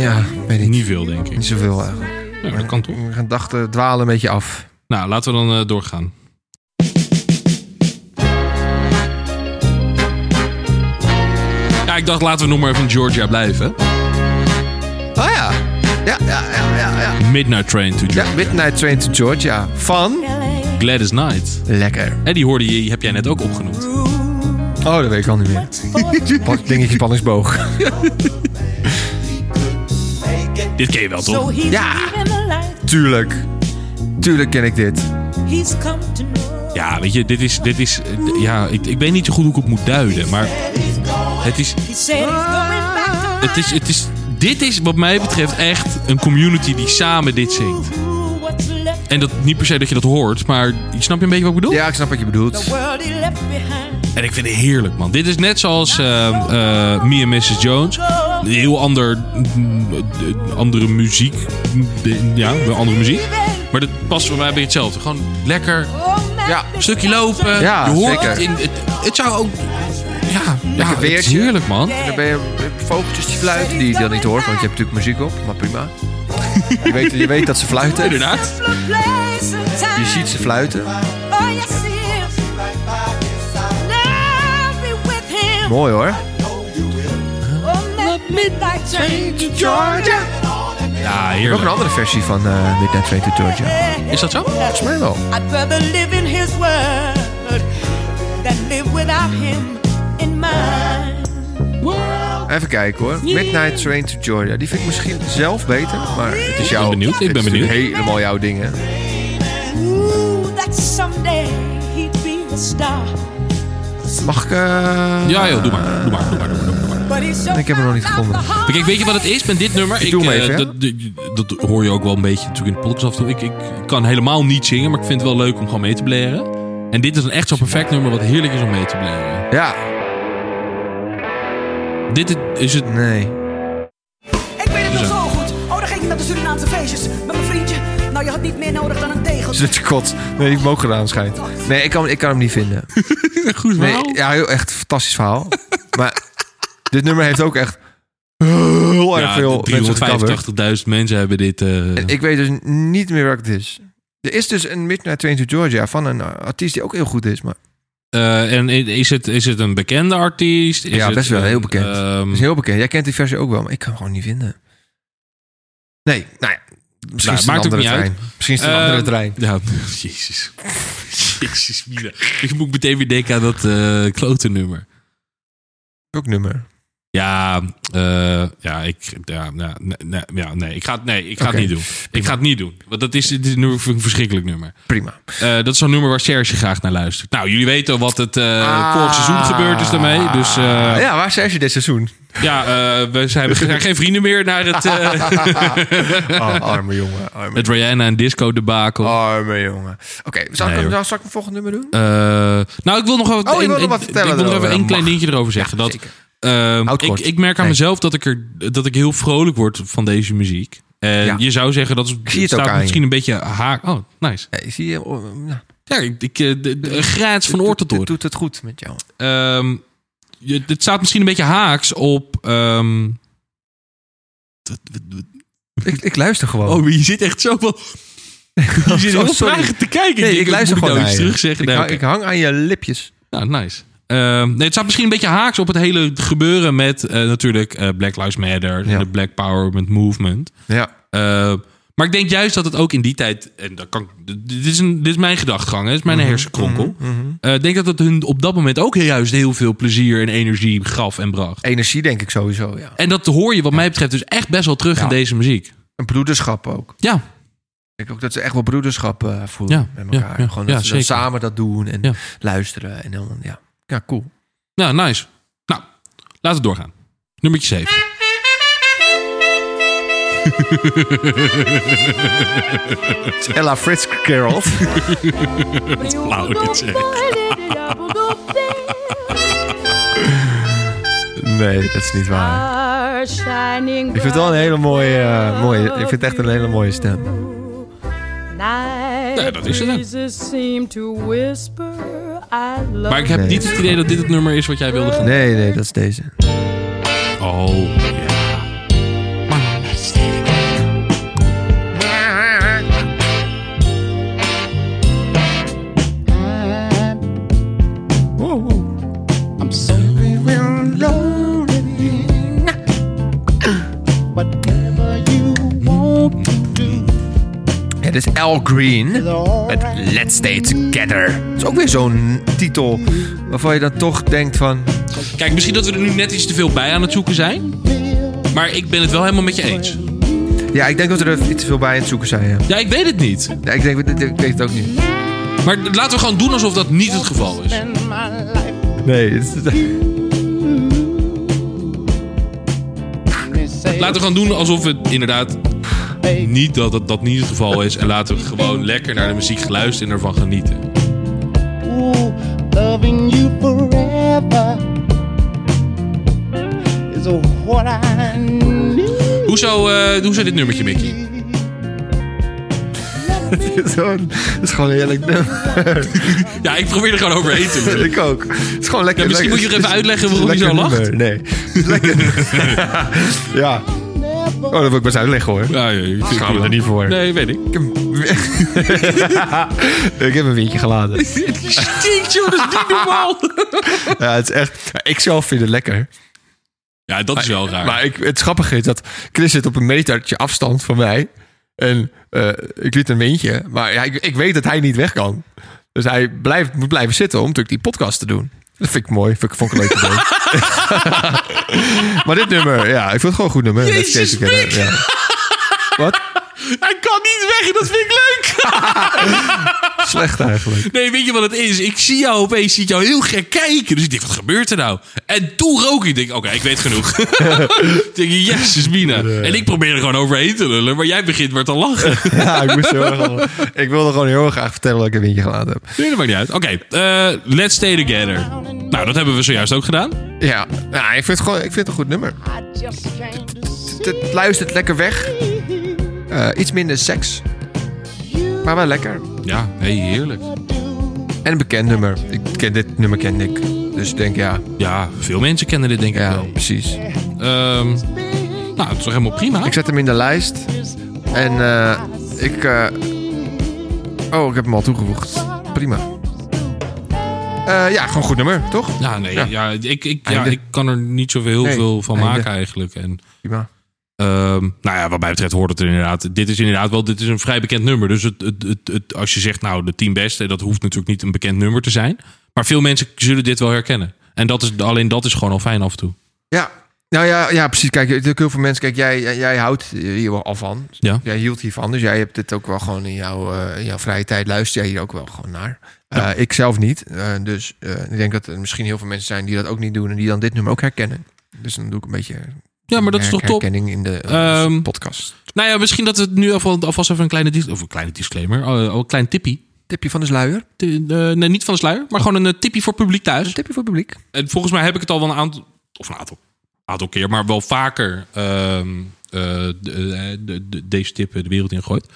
Speaker 1: ja, weet ik.
Speaker 2: Niet veel, denk ik.
Speaker 1: Niet zoveel eh. eigenlijk.
Speaker 2: Ja, dat kan toch?
Speaker 1: Mijn gedachten dwalen een beetje af.
Speaker 2: Nou, laten we dan eh, doorgaan. Ja, ik dacht laten we nog maar even in Georgia blijven.
Speaker 1: Ah ja. Ja, ja, ja, ja. Ja,
Speaker 2: Midnight Train to Georgia.
Speaker 1: ja Midnight Train to Georgia. Van?
Speaker 2: Gladys Knight.
Speaker 1: Lekker.
Speaker 2: En die hoorde je, heb jij net ook opgenoemd.
Speaker 1: Oh, dat weet ik al niet meer. Pak dingetje panningsboog.
Speaker 2: Dit ken je wel, toch?
Speaker 1: Ja. Tuurlijk. Tuurlijk ken ik dit.
Speaker 2: Ja, weet je, dit is... Dit is eh, d- ja, ik, ik weet niet zo goed hoe ik het moet duiden, maar... Het is, het is, het is... Dit is wat mij betreft echt een community die samen dit zingt. En dat niet per se dat je dat hoort, maar snap je een beetje wat ik bedoel?
Speaker 1: Ja, ik snap wat je bedoelt.
Speaker 2: En ik vind het heerlijk, man. Dit is net zoals eh, eh, Me en Mrs. Jones. Een heel ander, mm, eh, andere muziek. Mm, eh, Ja, wel andere muziek. Maar dat past voor mij bij hetzelfde. Gewoon lekker.
Speaker 1: Ja.
Speaker 2: Een stukje lopen.
Speaker 1: Ja,
Speaker 2: je hoort
Speaker 1: zeker.
Speaker 2: het, in, het. Het zou ook... Ja, ja het is
Speaker 1: weertje.
Speaker 2: heerlijk, man.
Speaker 1: Dan ben je eh, vogeltjes die fluiten, die je dan niet hoort, want je hebt natuurlijk muziek op, maar prima. Je weet, je weet dat ze fluiten.
Speaker 2: Inderdaad.
Speaker 1: Je ziet ze fluiten.
Speaker 10: Oh,
Speaker 1: Mooi hoor.
Speaker 9: Midnight train to Georgia.
Speaker 2: Ja,
Speaker 1: Er is ook een
Speaker 2: heerlijk.
Speaker 1: andere versie van eh, Midnight Train to Georgia.
Speaker 2: Is dat zo?
Speaker 1: Volgens mij wel.
Speaker 10: I'd rather live in his world than live without him in mine.
Speaker 1: Even kijken hoor. Midnight Train to Georgia. Die vind ik misschien zelf beter, maar het is jouw...
Speaker 2: ben benieuwd, ik
Speaker 1: het
Speaker 2: ben
Speaker 1: is natuurlijk
Speaker 2: benieuwd.
Speaker 1: helemaal jouw ding, hè?
Speaker 10: Ooh, that someday he'd be a star.
Speaker 1: Mag ik... eh,
Speaker 2: Ja, joh, doe maar. Doe maar, doe maar, doe maar. Doe maar.
Speaker 10: But he's so
Speaker 1: Ik heb hem nog niet gevonden.
Speaker 2: Maar Kijk, weet je wat het is met dit nummer?
Speaker 1: Ik doe hem
Speaker 2: eh,
Speaker 1: even, hè?
Speaker 2: dat, dat- dat hoor je ook wel een beetje natuurlijk in de podcast af en toe. Ik, ik kan helemaal niet zingen, maar ik vind het wel leuk om gewoon mee te blaren. En dit is een echt zo'n perfect nummer wat heerlijk is om mee te blaren.
Speaker 1: Ja.
Speaker 2: Dit is het...
Speaker 1: Nee.
Speaker 11: Ik weet het nog zo goed. Oh, dan ging ik naar de Surinaamse feestjes met mijn vriendje. Nou, je had niet meer nodig dan een tegel.
Speaker 1: Is dit kot? Nee, ik heb hem ook gedaan schijnt. Nee, ik kan, ik kan hem niet vinden.
Speaker 2: Goed
Speaker 1: Nee,
Speaker 2: verhaal.
Speaker 1: ja, heel, echt een fantastisch verhaal. maar dit nummer heeft ook echt heel erg
Speaker 2: Ja,
Speaker 1: veel mensen gecoverd.
Speaker 2: 385.000 mensen hebben dit... eh,
Speaker 1: En ik weet dus niet meer welk het is. Er is dus een Midnight Train to Georgia van een eh, artiest die ook heel goed is. Maar
Speaker 2: eh, en is het, is het een bekende artiest? Is
Speaker 1: Ja,
Speaker 2: het
Speaker 1: best wel,
Speaker 2: een,
Speaker 1: heel bekend.
Speaker 2: ehm,
Speaker 1: is heel bekend. Jij kent die versie ook wel, maar ik kan hem gewoon niet vinden. Nee, nou ja. Misschien
Speaker 2: Nou,
Speaker 1: is het een
Speaker 2: maakt ook
Speaker 1: andere
Speaker 2: niet
Speaker 1: trein. Misschien is het een
Speaker 2: Ehm,
Speaker 1: andere trein.
Speaker 2: Ja, jezus. jezus, Mina. Ik moet meteen weer denken aan dat eh klote nummer.
Speaker 1: Ook nummer.
Speaker 2: Ja, eh, ja, ik, ja, nou, nee, nee, ja, nee, ik ga, het- nee, ik ga
Speaker 1: Oké.
Speaker 2: het niet doen. Ik ga het niet doen. Want dat is, dit is nu een verschrikkelijk nummer.
Speaker 1: Prima.
Speaker 2: Eh, dat is zo'n nummer waar Serge graag naar luistert. Nou, jullie weten al wat het eh,
Speaker 1: Ah.
Speaker 2: vorig seizoen gebeurd is daarmee. Dus eh, ja,
Speaker 1: ja, waar zijn ze dit seizoen?
Speaker 2: eh, we zijn, we zijn geen vrienden meer naar het, eh
Speaker 1: Oh, arme jongen. Arme,
Speaker 2: het Rihanna en Disco
Speaker 1: Oh,
Speaker 2: debakel.
Speaker 1: arme jongen. Oké, zal, ik
Speaker 2: Nee,
Speaker 1: hem-
Speaker 2: hoor.
Speaker 1: zal ik een volgend nummer doen?
Speaker 2: Eh, nou, ik wil nog wat,
Speaker 1: Oh, je
Speaker 2: een-
Speaker 1: wil nog
Speaker 2: een-
Speaker 1: wat vertellen
Speaker 2: Ik wil nog
Speaker 1: erover.
Speaker 2: even één
Speaker 1: Dat
Speaker 2: klein
Speaker 1: mag.
Speaker 2: dingetje erover zeggen. dat,
Speaker 1: zeker.
Speaker 2: ehm,
Speaker 1: Houd
Speaker 2: ik,
Speaker 1: kort.
Speaker 2: ik merk aan
Speaker 1: Nee.
Speaker 2: mezelf dat ik, er, dat ik heel vrolijk word van deze muziek. En
Speaker 1: Ja.
Speaker 2: je zou zeggen dat is,
Speaker 1: zie het ook
Speaker 2: staat
Speaker 1: aan
Speaker 2: misschien
Speaker 1: je.
Speaker 2: een beetje haak. Oh, nice.
Speaker 1: Hey, zie je, oh, nou,
Speaker 2: Ja, ik, ik, eh, de, de- graats van oor tot
Speaker 1: doet-
Speaker 2: oor.
Speaker 1: doet het goed met jou.
Speaker 2: Ehm, je- Het staat misschien een beetje haaks op. ehm, dat- dat-
Speaker 1: Ik, ik luister gewoon.
Speaker 2: oh, maar je zit echt zo van. Je zit heel vragen te kijken.
Speaker 1: Oh, Nee,
Speaker 2: denk,
Speaker 1: ik
Speaker 2: moet
Speaker 1: luister
Speaker 2: nou
Speaker 1: gewoon naar
Speaker 2: iets
Speaker 1: je.
Speaker 2: terug zeggen.
Speaker 1: Ik,
Speaker 2: Nee,
Speaker 1: hang,
Speaker 2: oké.
Speaker 1: ik hang aan je lipjes.
Speaker 2: Nou, nice. Ehm, nee, het staat misschien een beetje haaks op het hele gebeuren met eh, natuurlijk eh, Black Lives Matter,
Speaker 1: Ja.
Speaker 2: de Black Power Movement.
Speaker 1: Ja.
Speaker 2: Eh, maar ik denk juist dat het ook in die tijd, en dat kan, dit, dit is een, dit is mijn gedachtgang, hè, dit is
Speaker 1: Mhm,
Speaker 2: mijn hersenkronkel. Eh, ik denk dat het hun op dat moment ook juist heel veel plezier en energie gaf en bracht.
Speaker 1: Energie denk ik sowieso, ja.
Speaker 2: En dat hoor je wat mij betreft dus echt best wel terug in deze muziek.
Speaker 1: Een broederschap ook. Ik
Speaker 2: Ja,
Speaker 1: denk ook dat ze echt wel broederschap eh, voelen
Speaker 2: Ja,
Speaker 1: met
Speaker 2: ja,
Speaker 1: elkaar.
Speaker 2: ja,
Speaker 1: gewoon
Speaker 2: ja,
Speaker 1: dat ze dan
Speaker 2: zeker.
Speaker 1: samen dat doen en
Speaker 2: Ja.
Speaker 1: luisteren. En dan, ja. ja, cool.
Speaker 2: ja, nice. Nou, laten we doorgaan. Nummertje 7.
Speaker 1: Ella Fritz Carroll.
Speaker 2: Blauw, dit zeg.
Speaker 1: nee, dat is niet waar.
Speaker 9: Star shining
Speaker 1: Ik vind het wel een hele mooie, eh, mooie... Ik vind het echt een hele mooie stem.
Speaker 9: Night
Speaker 2: Ja, dat is het dan.
Speaker 9: breezes seem to whisper I love
Speaker 2: Maar ik heb
Speaker 1: Nee.
Speaker 2: niet het idee dat dit het nummer is wat jij wilde gaan
Speaker 1: Nee, nee, dat is deze.
Speaker 2: Oh,
Speaker 1: Het is Al Green met Let's Stay Together. Dat is ook weer zo'n titel waarvan je dan toch denkt van...
Speaker 2: Kijk, misschien dat we er nu net iets te veel bij aan het zoeken zijn. Maar ik ben het wel helemaal met je eens.
Speaker 1: Ja, ik denk dat we er iets te veel bij aan het zoeken zijn. Ja.
Speaker 2: Ja, ik weet het niet.
Speaker 1: Ja, ik, denk, ik weet het ook niet.
Speaker 2: Maar laten we gewoon doen alsof dat niet het geval is.
Speaker 1: Nee, het is-
Speaker 2: Laten we gewoon doen alsof het inderdaad niet dat, dat, dat niet het geval is. En laten we gewoon lekker naar de muziek gaan luisteren en ervan genieten.
Speaker 4: Loving you forever is what I need.
Speaker 2: Hoezo, eh hoezo dit nummertje, Mickey?
Speaker 1: het is, gewoon, het is gewoon een heerlijk nummer.
Speaker 2: Ja, ik probeer er gewoon overheen te doen.
Speaker 1: ik ook. Het is gewoon lekker.
Speaker 2: Ja, misschien moet je
Speaker 1: lekker-
Speaker 2: nog even
Speaker 1: het is-
Speaker 2: uitleggen
Speaker 1: het is een
Speaker 2: waarom je
Speaker 1: lekker
Speaker 2: zo
Speaker 1: nummer. Nee. Het is lekker. ja. Oh, dat wil ik best uitleggen hoor.
Speaker 2: Ja, ja, ik vind
Speaker 1: Gaan we er niet voor.
Speaker 2: Nee, weet ik.
Speaker 1: Ik heb een windje geladen.
Speaker 2: Het stinkt, joh. Dat is niet normaal.
Speaker 1: ja, het is echt... Ik zelf vind het lekker.
Speaker 2: Ja, dat is wel raar.
Speaker 1: Maar ik, het grappige is dat Chris zit op een metertje afstand van mij. En eh, ik liet een windje. Maar ja, ik, ik weet dat hij niet weg kan. Dus hij blijft, moet blijven zitten om natuurlijk die podcast te doen. Dat vind ik mooi. Vind ik, vond ik een leuk idee. maar dit nummer, ja, ik vind het gewoon een goed nummer. Let's
Speaker 2: Jezus,
Speaker 1: Dance Together,
Speaker 2: Mick.
Speaker 1: ja. Wat?
Speaker 2: Hij kan niet weg en dat vind ik leuk.
Speaker 1: Slecht eigenlijk.
Speaker 2: Nee, weet je wat het is? Ik zie jou opeens, zie ik jou heel gek kijken. Dus ik denk, wat gebeurt er nou? En toen rook ik. Ik denk, oké, ik weet genoeg. ik denk, jezus mina. En ik probeer er gewoon overheen te lullen. Maar jij begint maar te lachen.
Speaker 1: Ja, ik, moest heel erg om- ik wilde gewoon heel graag vertellen dat ik een windje gelaten heb.
Speaker 2: Nee, dat maakt niet uit. Oké, eh, let's stay together. Nou, dat hebben we zojuist ook gedaan.
Speaker 1: Ja, nou, ik, vind het gewoon, ik vind het een goed nummer. Het, het luistert lekker weg. Eh, iets minder seks. Maar wel lekker.
Speaker 2: Ja, nee, heerlijk.
Speaker 1: En een bekend nummer. Ik ken, dit nummer ken ik. Dus ik denk ja.
Speaker 2: Ja, veel mensen kennen dit denk ik
Speaker 1: Ja,
Speaker 2: wel.
Speaker 1: precies.
Speaker 2: Ehm, nou, het is toch helemaal prima?
Speaker 1: Ik zet hem in de lijst. En eh, ik. eh, Oh, ik heb hem al toegevoegd. Prima. Eh, ja, gewoon goed nummer, toch?
Speaker 2: Ja, nee, ja. ik, ik, ja,
Speaker 1: Einde.
Speaker 2: ik kan er niet zoveel heel
Speaker 1: Nee,
Speaker 2: veel van
Speaker 1: einde.
Speaker 2: maken eigenlijk. En,
Speaker 1: Prima.
Speaker 2: ehm, nou ja, wat mij betreft hoort het er inderdaad. Dit is inderdaad wel dit is een vrij bekend nummer. Dus het, het, het, het- als je zegt, nou, de tien beste, dat hoeft natuurlijk niet een bekend nummer te zijn. Maar veel mensen zullen dit wel herkennen. En dat is, alleen dat is gewoon al fijn af en toe.
Speaker 1: Ja. Nou ja, ja, precies. Kijk, natuurlijk heel veel mensen. Kijk, jij, jij, jij houdt hier wel al van.
Speaker 2: Ja.
Speaker 1: Jij hield hiervan. Dus jij hebt dit ook wel gewoon in jouw, eh, in jouw vrije tijd. Luister jij hier ook wel gewoon naar. Eh, ik zelf niet. Eh, dus eh, ik denk dat er misschien heel veel mensen zijn die dat ook niet doen. En die dan dit nummer ook herkennen. Dus dan doe ik een beetje
Speaker 2: Ja, maar dat is toch top?
Speaker 1: herkenning in de eh,
Speaker 2: Ehm,
Speaker 1: podcast.
Speaker 2: Nou ja, misschien dat we het nu alvast, alvast even een kleine, dis- of een kleine disclaimer, eh, al een klein tippie.
Speaker 1: Tipje van de sluier.
Speaker 2: Ti- eh, nee, niet van de sluier, maar gewoon een eh, tipje voor publiek thuis.
Speaker 1: Tipje voor het publiek.
Speaker 2: En volgens mij heb ik het al wel een aantal, of een aantal, aantal keer, maar wel vaker ehm, eh, de- de- de- deze tip de wereld in gegooid.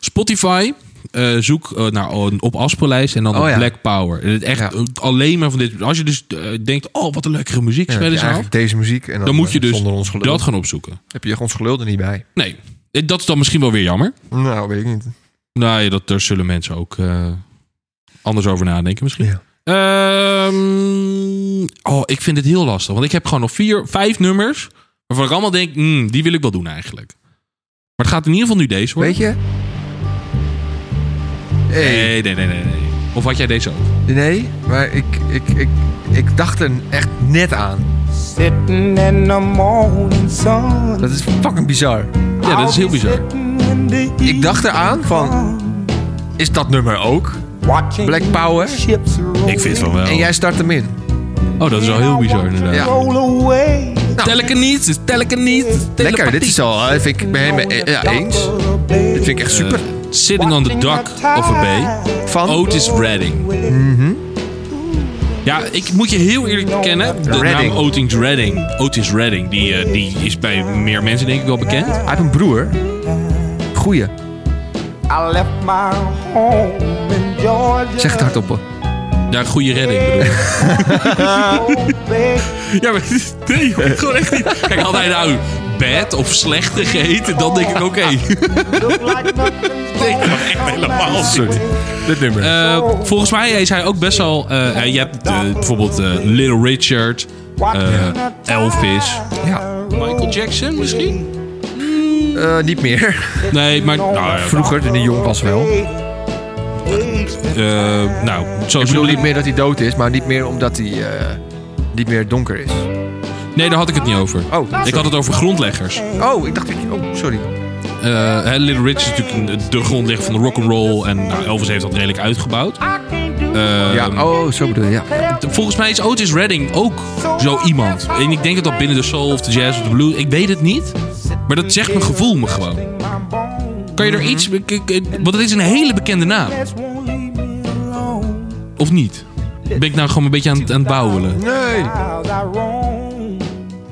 Speaker 2: Spotify, eh, zoek eh, naar een op afspeellijst en dan
Speaker 1: Oh
Speaker 2: op
Speaker 1: ja.
Speaker 2: Black Power. En het echt
Speaker 1: Ja.
Speaker 2: eh, alleen maar van dit. Als je dus eh, denkt, oh wat een lekkere muziek
Speaker 1: Ja,
Speaker 2: spelen ze af,
Speaker 1: eigenlijk deze muziek. En dan,
Speaker 2: dan moet je
Speaker 1: eh,
Speaker 2: dus
Speaker 1: zonder ons gelul.
Speaker 2: dat gaan opzoeken.
Speaker 1: Heb je ons gelul er niet bij?
Speaker 2: Nee, eh, dat is dan misschien wel weer jammer.
Speaker 1: Nou, weet ik niet.
Speaker 2: Nou ja, dat, daar zullen mensen ook eh, anders over nadenken misschien.
Speaker 1: Ja.
Speaker 2: Ehm, oh, ik vind dit heel lastig. Want ik heb gewoon nog vier, vijf nummers. Waarvan ik allemaal denk, hmm, die wil ik wel doen eigenlijk. Maar het gaat in ieder geval nu deze worden.
Speaker 1: Weet je? hey.
Speaker 2: Nee, nee, nee, nee, nee. Of had jij deze ook?
Speaker 1: Nee, maar ik, ik, ik, ik dacht er echt net aan.
Speaker 4: Sitting in the morning sun.
Speaker 1: Dat is fucking bizar.
Speaker 2: Ja, dat is heel bizar.
Speaker 4: Sitting in the
Speaker 1: Ik dacht eraan van, is dat nummer ook?
Speaker 4: watching
Speaker 1: Black Power?
Speaker 4: ships roll,
Speaker 2: Ik vind van wel.
Speaker 1: En jij start hem in. Nou,
Speaker 2: Oh, dat is wel heel bizar inderdaad.
Speaker 1: Ja.
Speaker 4: roll away.
Speaker 2: Tel ik er niet, dus tel ik er niet. dus
Speaker 1: Lekker,
Speaker 2: telepathiek.
Speaker 1: dit is al, eh, vind ik, ben je het ja, eens? Dit vind ik echt super.
Speaker 2: Sitting on the dock of a bay.
Speaker 1: Van?
Speaker 2: Otis Redding. Ja, ik moet je heel eerlijk bekennen. De
Speaker 1: Redding.
Speaker 2: naam Otis Redding, Otis Redding die, eh, die is bij meer mensen denk ik wel bekend.
Speaker 1: Hij heeft een broer. Goeie.
Speaker 4: I left my home in Georgia.
Speaker 1: Zeg het hardop. hoor.
Speaker 2: Ja, goede redding bedoel ik.
Speaker 4: Baby,
Speaker 2: Ja, maar nee, joh, gewoon echt niet. Kijk, had hij nou bad of slechte geheten, dan denk ik oké.
Speaker 4: look like nothing's
Speaker 2: Nee,
Speaker 4: gonna
Speaker 2: maar echt
Speaker 4: come
Speaker 2: helemaal
Speaker 1: Ah,
Speaker 4: back.
Speaker 2: sorry.
Speaker 1: Dit nummer.
Speaker 2: Eh, volgens mij is hij ook best wel... eh, je hebt eh, bijvoorbeeld eh, Little Richard, eh, Elvis,
Speaker 1: ja.
Speaker 2: Michael Jackson misschien?
Speaker 1: Eh, niet meer.
Speaker 2: Nee, maar nou, ja,
Speaker 1: Vroeger, toen hij jong was wel.
Speaker 2: eh, nou
Speaker 1: Ik
Speaker 2: zoals
Speaker 1: bedoel
Speaker 2: jullie...
Speaker 1: niet meer dat hij dood is, maar niet meer omdat hij eh, niet meer donker is.
Speaker 2: Nee, daar had ik het niet over.
Speaker 1: Oh, sorry.
Speaker 2: Ik had het over grondleggers.
Speaker 1: Oh, ik dacht dat je... Oh, sorry.
Speaker 2: Eh, hè, Little Richard is natuurlijk een- de grondlegger van de rock'n'roll. En nou, Elvis heeft dat redelijk uitgebouwd. Eh,
Speaker 1: ja, oh, zo bedoel je, ja.
Speaker 2: t- Volgens mij is Otis Redding ook zo iemand. En ik denk dat dat binnen de soul of de jazz of de blues... Ik weet het niet. Maar dat zegt mijn gevoel me gewoon. Kan je er iets... k- k- Want het is een hele bekende naam. Of niet? Ben ik nou gewoon een beetje aan, het- aan het bouwelen?
Speaker 1: Nee,
Speaker 4: How's I wrong?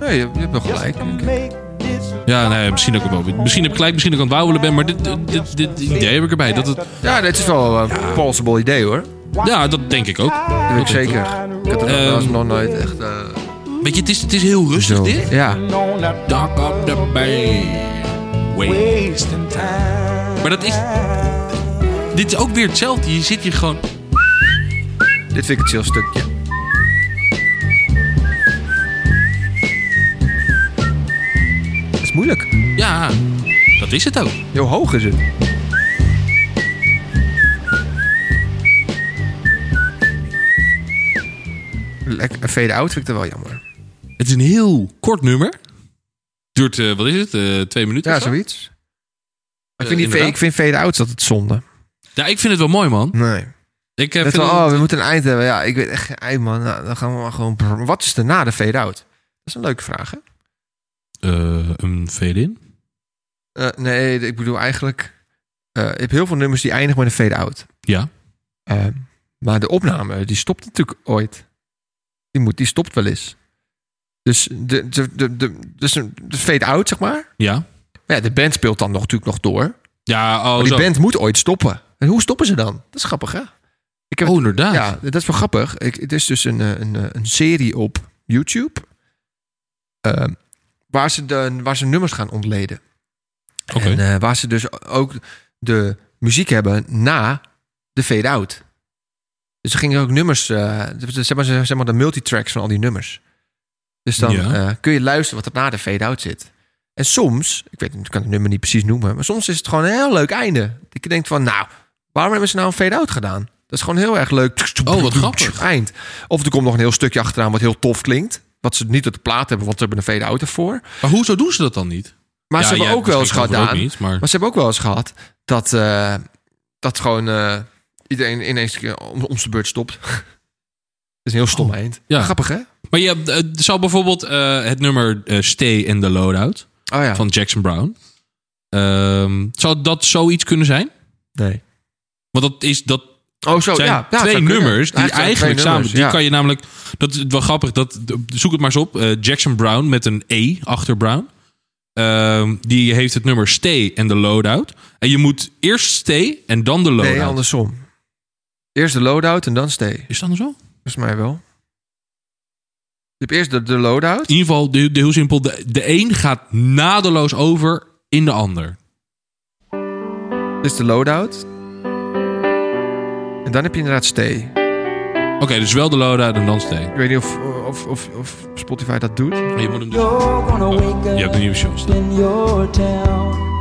Speaker 1: nee je, je hebt wel gelijk.
Speaker 4: Make this
Speaker 2: Ja, nee, misschien, ook wel, misschien heb ik gelijk, misschien dat ik aan het bouwelen ben. Maar dit, dit, dit, dit idee heb ik erbij. Dat het,
Speaker 1: Ja, dit is wel een plausible idee hoor.
Speaker 2: ja, dat denk ik ook.
Speaker 1: Dat weet ik zeker. Ik had het
Speaker 2: Ehm,
Speaker 1: nog- nog nooit echt... eh,
Speaker 2: Weet je, het is, het is heel rustig
Speaker 1: zo.
Speaker 2: dit.
Speaker 1: Ja.
Speaker 4: on that
Speaker 2: Dark of the Bay. Wasting time. Maar dat is... Dit is ook weer hetzelfde. Je zit hier gewoon...
Speaker 1: Dit vind ik het chill stukje. moeilijk.
Speaker 2: Ja, dat is het ook.
Speaker 1: Heel hoog is het. Lekker, een fade-out vind ik dat wel jammer.
Speaker 2: Het is een heel kort nummer. Duurt, eh, wat is het, eh, twee minuten?
Speaker 1: Ja,
Speaker 2: of zo?
Speaker 1: zoiets.
Speaker 2: Eh,
Speaker 1: Ik vind, die fade-
Speaker 2: inderdaad.
Speaker 1: ik vind fade-outs altijd zonde.
Speaker 2: Ja, ik vind het wel mooi, man.
Speaker 1: Nee.
Speaker 2: Ik eh,
Speaker 1: Dat
Speaker 2: vind het-
Speaker 1: we- oh, we moeten een eind hebben. Ja, ik weet echt geen eind, man. Nou, dan gaan we maar gewoon... brrr. Wat is er na de fade-out? Dat is een leuke vraag, hè? oh.
Speaker 2: Eh, een fade-in?
Speaker 1: Eh, nee, ik bedoel eigenlijk... eh je hebt heel veel nummers die eindigen met een fade-out.
Speaker 2: Ja.
Speaker 1: Eh, maar de opname, die stopt natuurlijk ooit. Die, moet, die stopt wel eens. Dus de, de, de, de, dus een- de fade-out, zeg maar.
Speaker 2: Ja.
Speaker 1: Maar ja, de band speelt dan nog, natuurlijk nog door.
Speaker 2: Ja, oh,
Speaker 1: Maar die
Speaker 2: zo.
Speaker 1: band moet ooit stoppen. En hoe stoppen ze dan? Dat is grappig, hè? Ik heb
Speaker 2: Oh, inderdaad.
Speaker 1: Ja, dat is wel grappig. Ik, het is dus een, eh, een, eh, een serie op YouTube... eh, waar, ze de, waar ze nummers gaan ontleden.
Speaker 2: Oké.
Speaker 1: En eh, waar ze dus ook de muziek hebben na de fade-out. Dus er gingen ook nummers... eh, zeg, maar, zeg maar de multitracks van al die nummers. Dus dan
Speaker 2: Ja.
Speaker 1: eh, kun je luisteren wat er na de fade-out zit. En soms, ik, weet, ik kan het nummer niet precies noemen... maar soms is het gewoon een heel leuk einde. Ik denk van, nou, waarom hebben ze nou een fade-out gedaan? Dat is gewoon heel erg leuk.
Speaker 2: Oh, wat grappig.
Speaker 1: Eind. Of er komt nog een heel stukje achteraan wat heel tof klinkt. Wat ze niet op de plaat hebben, want ze hebben een fade-out ervoor.
Speaker 2: Maar hoezo doen ze dat dan niet?
Speaker 1: Maar
Speaker 2: Ja,
Speaker 1: ze hebben
Speaker 2: jij
Speaker 1: ook wel eens
Speaker 2: misschien
Speaker 1: gehad,
Speaker 2: zelf ook
Speaker 1: Daan,
Speaker 2: niet, maar-
Speaker 1: maar... ze hebben ook wel eens gehad dat, eh, dat gewoon eh, iedereen ineens een keer om, om zijn beurt stopt. Het is een heel stom eind.
Speaker 2: Oh, ja.
Speaker 1: Grappig, hè? Oh,
Speaker 2: Maar je hebt, eh, zou bijvoorbeeld eh, het nummer eh, Stay in the Loadout
Speaker 1: Oh ja.
Speaker 2: van Jackson Brown. ehm, zou dat zoiets kunnen zijn?
Speaker 1: Nee.
Speaker 2: Want dat is dat.
Speaker 1: Oh, zo,
Speaker 2: zijn
Speaker 1: ja. Ja, het
Speaker 2: twee
Speaker 1: zou kunnen.
Speaker 2: nummers die
Speaker 1: Eigenlijk zijn
Speaker 2: eigenlijk
Speaker 1: twee
Speaker 2: samen.
Speaker 1: nummers,
Speaker 2: Die
Speaker 1: ja.
Speaker 2: kan je namelijk. Dat is wel grappig. Dat, zoek het maar eens op. eh, Jackson Brown met een E achter Brown. Ehm, die heeft het nummer Stay en de Loadout. En je moet eerst Stay en dan de Loadout.
Speaker 1: Nee, andersom. Eerst de loadout en dan stay.
Speaker 2: Is dat dan zo?
Speaker 1: Volgens mij wel. Je hebt eerst de, de loadout.
Speaker 2: In ieder geval, de, de, heel simpel. De, de een gaat nadeloos over in de ander.
Speaker 1: Dit is de loadout. En dan heb je inderdaad stay.
Speaker 2: Oké, dus wel de loadout en dan Stay.
Speaker 1: Ik weet niet of, of, of, of Spotify dat doet.
Speaker 2: Maar Je moet hem dus... Je hebt een nieuwe show staan.
Speaker 12: in your town.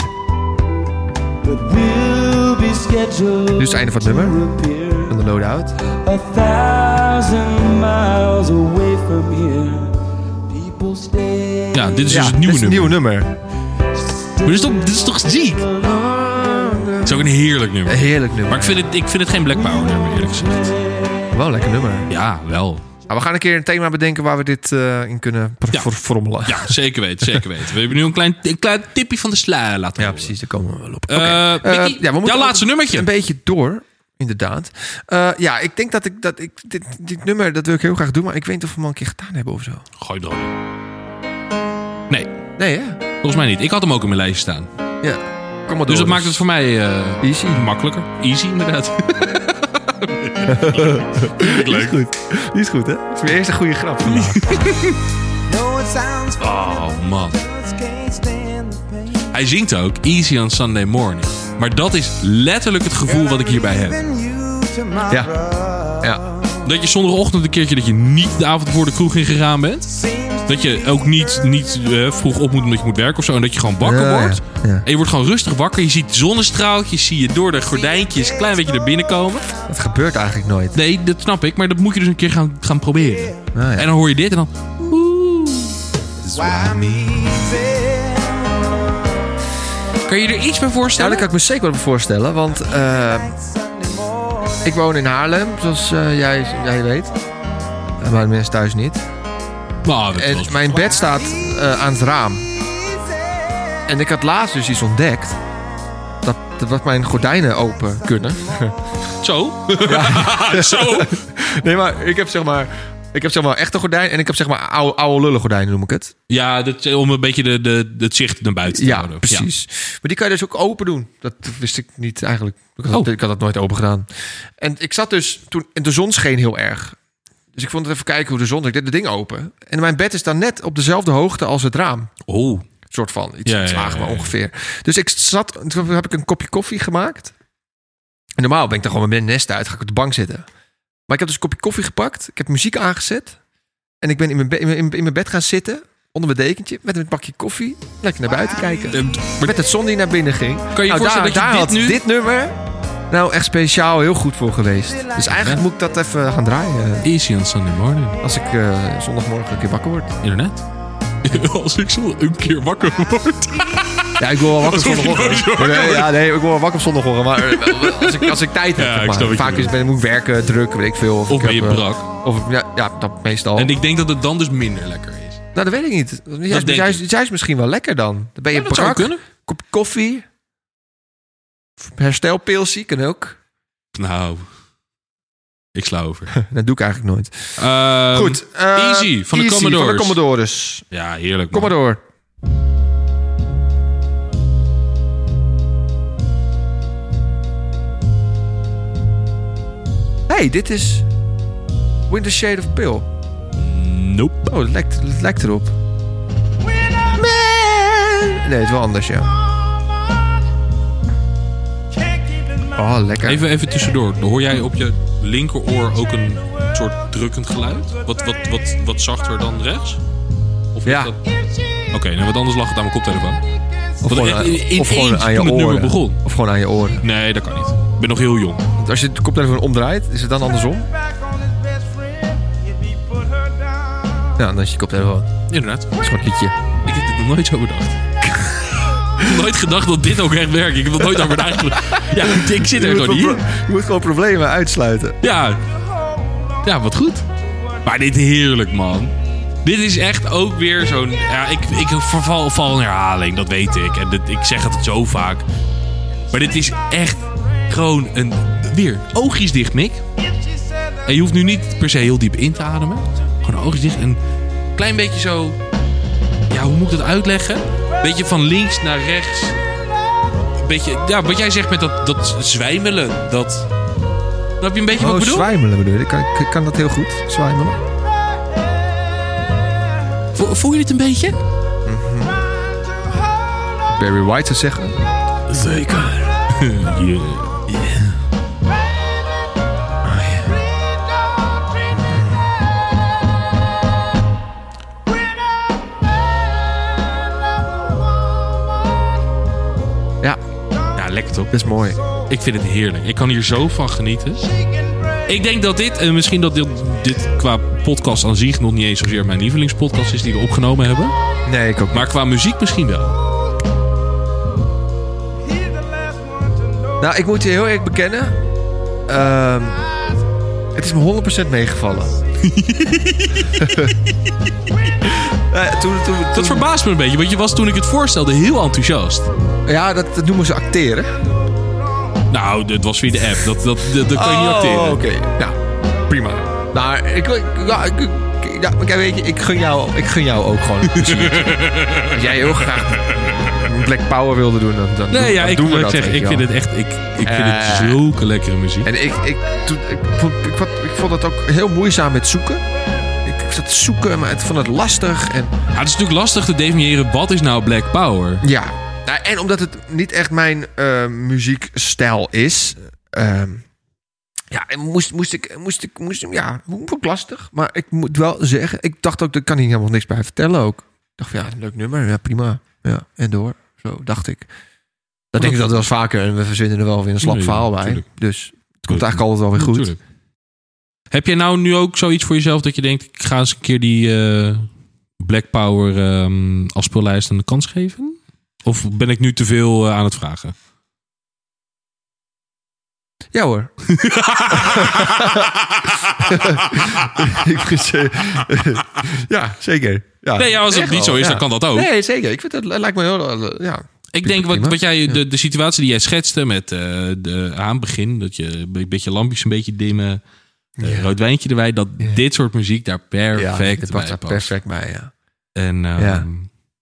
Speaker 12: But we'll be scheduled
Speaker 1: Dus het einde van het nummer. Van de
Speaker 2: Dus
Speaker 1: loadout.
Speaker 12: a thousand miles away from here. People stay
Speaker 2: Ja, dit is
Speaker 1: Ja,
Speaker 2: dus het
Speaker 1: dit
Speaker 2: nieuwe
Speaker 1: is het
Speaker 2: nummer.
Speaker 1: nieuwe nummer.
Speaker 2: Maar dit is, toch, dit is toch ziek? Het is ook een heerlijk nummer.
Speaker 1: Een heerlijk nummer.
Speaker 2: Maar ik vind het, ik vind het geen Black Power nummer, eerlijk gezegd.
Speaker 1: Wel een lekker nummer.
Speaker 2: Ja, wel.
Speaker 1: Nou, we gaan een keer een thema bedenken waar we dit eh, in kunnen pr- voor frommelen.
Speaker 2: Ja, zeker weten, zeker weten. We hebben nu een klein, een klein tipje van de sla laten
Speaker 1: Ja,
Speaker 2: horen.
Speaker 1: precies. Daar komen we wel op.
Speaker 2: Eh,
Speaker 1: Oké. Eh,
Speaker 2: Mickey,
Speaker 1: we moeten
Speaker 2: jouw laatste
Speaker 1: ook
Speaker 2: nummertje.
Speaker 1: Een beetje door, inderdaad. Eh, ja, ik denk dat ik... Dat ik dit, dit nummer, dat wil ik heel graag doen. Maar ik weet niet of we hem al een keer gedaan hebben of zo.
Speaker 2: Gooi door. Nee,
Speaker 1: Nee, hè?
Speaker 2: volgens mij niet. Ik had hem ook in mijn lijstje staan.
Speaker 1: Ja. Kom maar door.
Speaker 2: Dus dat maakt het voor mij eh,
Speaker 1: Easy.
Speaker 2: makkelijker. Easy, inderdaad.
Speaker 1: Die is goed. Die is goed, hè? Dat is mijn eerste goede grap vandaag.
Speaker 4: No, it sounds
Speaker 2: Oh, man.
Speaker 4: just can't stand the pain.
Speaker 2: Hij zingt ook Easy on Sunday Morning. Maar dat is letterlijk het gevoel wat ik hierbij heb.
Speaker 4: Even you to my
Speaker 1: Ja.
Speaker 4: brother.
Speaker 1: Ja.
Speaker 2: Dat je zondagochtend een keertje dat je niet de avond voor de kroeg in gegaan bent. Dat je ook niet, niet eh, vroeg op moet omdat je moet werken of zo. En dat je gewoon wakker
Speaker 1: Ja, ja,
Speaker 2: wordt.
Speaker 1: ja.
Speaker 2: En je wordt gewoon rustig wakker. Je ziet zonnestraaltjes, zie je door de gordijntjes een klein beetje naar binnen komen.
Speaker 1: Dat gebeurt eigenlijk nooit.
Speaker 2: Nee, dat snap ik. Maar dat moet je dus een keer gaan, gaan proberen.
Speaker 1: Nou ja.
Speaker 2: En dan hoor je dit en dan...
Speaker 4: Why I'm easy.
Speaker 2: Kan je je er iets bij
Speaker 1: Nou,
Speaker 2: voorstellen?
Speaker 1: daar kan ik me zeker wat voorstellen, want eh, ik woon in Haarlem, zoals eh, jij, jij weet. Eh, Maar de mensen thuis niet.
Speaker 2: Nou, dat was-
Speaker 1: En mijn bed staat eh, aan het raam. En ik had laatst dus iets ontdekt. Dat, dat mijn gordijnen open kunnen.
Speaker 2: Zo? Zo?
Speaker 1: Nee, maar ik heb zeg maar... Ik heb zeg maar echte gordijnen en ik heb zeg maar oude, oude lullen gordijnen noem ik het.
Speaker 2: Ja, dat, eh, om een beetje de, de, het zicht naar buiten te
Speaker 1: Ja,
Speaker 2: houden.
Speaker 1: precies. Maar die kan je dus ook open doen. Dat wist ik niet eigenlijk. Ik
Speaker 2: Oh.
Speaker 1: had, ik had dat nooit open gedaan. En ik zat dus toen... En de zon scheen heel erg. Dus ik vond het even kijken hoe de zon... Ik deed het ding open. En mijn bed is dan net op dezelfde hoogte als het raam.
Speaker 2: Oh.
Speaker 1: soort van. Iets,
Speaker 2: Ja,
Speaker 1: iets
Speaker 2: ja, ja,
Speaker 1: lager,
Speaker 2: ja,
Speaker 1: maar
Speaker 2: ja.
Speaker 1: ongeveer. Dus ik zat, toen heb ik een kopje koffie gemaakt. En normaal ben ik dan gewoon met mijn nest uit, ga ik op de bank zitten. Maar ik heb dus een kopje koffie gepakt, ik heb muziek aangezet. En ik ben in mijn, be- in mijn, in mijn bed gaan zitten. onder mijn dekentje met een pakje koffie lekker naar buiten
Speaker 2: Eh,
Speaker 1: kijken. Met het zon die naar binnen ging.
Speaker 2: Kan je
Speaker 1: nou,
Speaker 2: voorstellen dat
Speaker 1: daar,
Speaker 2: je
Speaker 1: daar
Speaker 2: dit nu-
Speaker 1: had dit nummer nou echt speciaal heel goed voor geweest. Dus eigenlijk moet ik dat even gaan draaien. eh,
Speaker 2: Easy on Sunday morning.
Speaker 1: Als ik eh, zondagmorgen een keer wakker word.
Speaker 2: Internet. Als ik zo een keer wakker word.
Speaker 1: Ja, ik wil wel wakker op
Speaker 2: Dat hoef je nooit zo
Speaker 1: zondagochtend.
Speaker 2: wakker
Speaker 1: Nee,
Speaker 2: te
Speaker 1: ja, nee, ik wil wel wakker op zondagochtend. Maar eh, wel- wel- als ik, als ik tijd heb,
Speaker 2: Ja,
Speaker 1: zeg
Speaker 2: ik
Speaker 1: maar.
Speaker 2: snap wat je
Speaker 1: vaak is, ben, moet ik werken, druk, weet ik veel. Of,
Speaker 2: Of
Speaker 1: ik
Speaker 2: ben je
Speaker 1: heb, eh,
Speaker 2: brak.
Speaker 1: Of, ja, ja, dat meestal.
Speaker 2: En ik denk dat het dan dus minder lekker is.
Speaker 1: Nou, dat weet ik niet. Juist,
Speaker 2: denk
Speaker 1: juist, juist misschien wel lekker dan. Dan ben je
Speaker 2: Ja, dat zou
Speaker 1: brak,
Speaker 2: kunnen.
Speaker 1: kop koffie, herstelpilsie, kan ook.
Speaker 2: Nou, ik sla over.
Speaker 1: Dat doe ik eigenlijk nooit.
Speaker 2: Ehm,
Speaker 1: Goed, eh,
Speaker 2: easy van de
Speaker 1: Easy
Speaker 2: Commodores. Nou.
Speaker 1: van de Commodores.
Speaker 2: Ja, heerlijk. man.
Speaker 1: Commodore. hey, dit is Winter Shade of Pale.
Speaker 2: Nope.
Speaker 1: Oh, het lijkt, het lijkt erop. Man. Nee, het is wel anders, ja. Oh, lekker.
Speaker 2: Even, even tussendoor. Hoor jij op je linkeroor ook een soort drukkend geluid? Wat, wat, wat, wat zachter dan rechts? Of ja. Oké, nou, wat anders lag het aan mijn koptelefoon.
Speaker 1: Of
Speaker 2: Want
Speaker 1: gewoon,
Speaker 2: echt
Speaker 1: aan-
Speaker 2: in- in
Speaker 1: of gewoon
Speaker 2: één
Speaker 1: aan je
Speaker 2: toen het
Speaker 1: oren.
Speaker 2: nummer begon.
Speaker 1: Of gewoon aan je oren.
Speaker 2: Nee, dat kan niet. Ik ben nog heel jong.
Speaker 1: Want als je de koptelefoon omdraait, is het dan andersom? Ja, dan is je koptelefoon.
Speaker 2: Inderdaad.
Speaker 1: Dat is gewoon een liedje.
Speaker 2: Ik heb dit nog nooit zo bedacht. ik heb nooit gedacht dat dit ook echt werkt. Ik heb er nooit over nagedacht. Ja, ik zit er
Speaker 1: Je moet
Speaker 2: gewoon niet
Speaker 1: pro-
Speaker 2: in.
Speaker 1: Je moet gewoon problemen uitsluiten.
Speaker 2: Ja. Ja, wat goed. Maar dit heerlijk, man. Dit is echt ook weer zo'n... Ja, ik, ik verval val in herhaling, dat weet ik. En dit- ik zeg het zo vaak. Maar dit is echt gewoon een... Weer, oogjes dicht, Mick. En je hoeft nu niet per se heel diep in te ademen. Gewoon oogjes dicht en klein beetje zo... Ja, hoe moet ik dat uitleggen? Beetje van links naar rechts. Een beetje... Ja, wat jij zegt met dat, dat zwijmelen. Dat... Snap je een beetje wat
Speaker 1: oh,
Speaker 2: ik bedoel?
Speaker 1: zwijmelen bedoel je? Ik Kan, ik kan dat heel goed, zwijmelen.
Speaker 2: Vo- Voel je dit een beetje?
Speaker 1: Barry White zou zeggen.
Speaker 2: Zeker.
Speaker 1: Ja,
Speaker 2: Ja, lekker toch?
Speaker 1: dat is mooi.
Speaker 2: Ik vind het heerlijk. Ik kan hier zo van genieten. Ik denk dat dit, en misschien dat dit, dit qua podcast aan zich nog niet eens zozeer mijn lievelingspodcast is die we opgenomen hebben.
Speaker 1: Nee, ik ook niet.
Speaker 2: Maar qua muziek misschien wel.
Speaker 1: Nou, ik moet je heel eerlijk bekennen. ehm, het is me 100% meegevallen. Eh, toen, toen,
Speaker 2: Dat
Speaker 1: toen-
Speaker 2: verbaast me een beetje, want je was toen ik het voorstelde heel enthousiast.
Speaker 1: ja, dat, dat noemen ze acteren.
Speaker 2: Nou, dat was via de app. Dat, dat, dat, dat kan je niet acteren.
Speaker 1: Oh, oké. Ja, prima. Nou, ik... ik- Ja, ik, ik- ja, maar kijk, weet je, ik gun jou, ik gun jou ook gewoon een plezier. Als jij heel graag Black Power wilde doen, dan, dan,
Speaker 2: Nee,
Speaker 1: doen-
Speaker 2: ja,
Speaker 1: dan
Speaker 2: ik,
Speaker 1: doen we
Speaker 2: wil
Speaker 1: dat.
Speaker 2: zeggen,
Speaker 1: weet
Speaker 2: ik
Speaker 1: je
Speaker 2: vind
Speaker 1: wel.
Speaker 2: het echt... Ik, ik vind
Speaker 1: Eh.
Speaker 2: het zulke lekkere muziek.
Speaker 1: En ik, ik, toen, ik, vond, ik, vond, ik vond het ook heel moeizaam met zoeken. Ik, ik zat te zoeken, maar het vond het lastig. En,
Speaker 2: Ja, Ah, het is natuurlijk lastig te definiëren wat is nou Black Power.
Speaker 1: ja. Nou, en omdat het niet echt mijn eh, muziekstijl is... ehm, ja, en moest, moest ik, moest ik, moest ik, ja, vond ik lastig. Maar ik moet wel zeggen, ik dacht ook, daar kan hier helemaal niks bij vertellen ook. Ik dacht van, ja, leuk nummer, ja, prima. Ja, en door. Zo dacht ik. Dat denk ik dat wel eens vaker. En we verzinnen er wel weer een slap
Speaker 2: Nee,
Speaker 1: verhaal bij.
Speaker 2: tuurlijk.
Speaker 1: Dus het komt eigenlijk altijd wel weer goed.
Speaker 2: Natuurlijk. Heb jij nou nu ook zoiets voor jezelf dat je denkt: ik ga eens een keer die eh, Black Power ehm afspeellijst een kans geven? Of ben ik nu te veel eh, aan het vragen?
Speaker 1: Ah, Ja hoor. ik vind, eh, ja, zeker. Ja,
Speaker 2: Nee, ja, als het
Speaker 1: Echt
Speaker 2: niet zo
Speaker 1: wel,
Speaker 2: is,
Speaker 1: ja.
Speaker 2: dan kan dat ook.
Speaker 1: Nee, zeker. Ik vind dat lijkt me heel... eh, Ja.
Speaker 2: ik denk wat,
Speaker 1: prima.
Speaker 2: wat jij, de, de situatie die jij schetste met eh, de, aan het begin, dat je een be- beetje lampjes een beetje dimmen, eh, rood wijntje erbij, dat dit soort muziek daar perfect
Speaker 1: dat
Speaker 2: bij
Speaker 1: past daar
Speaker 2: past.
Speaker 1: perfect bij, ja.
Speaker 2: En, ehm,
Speaker 1: Ja.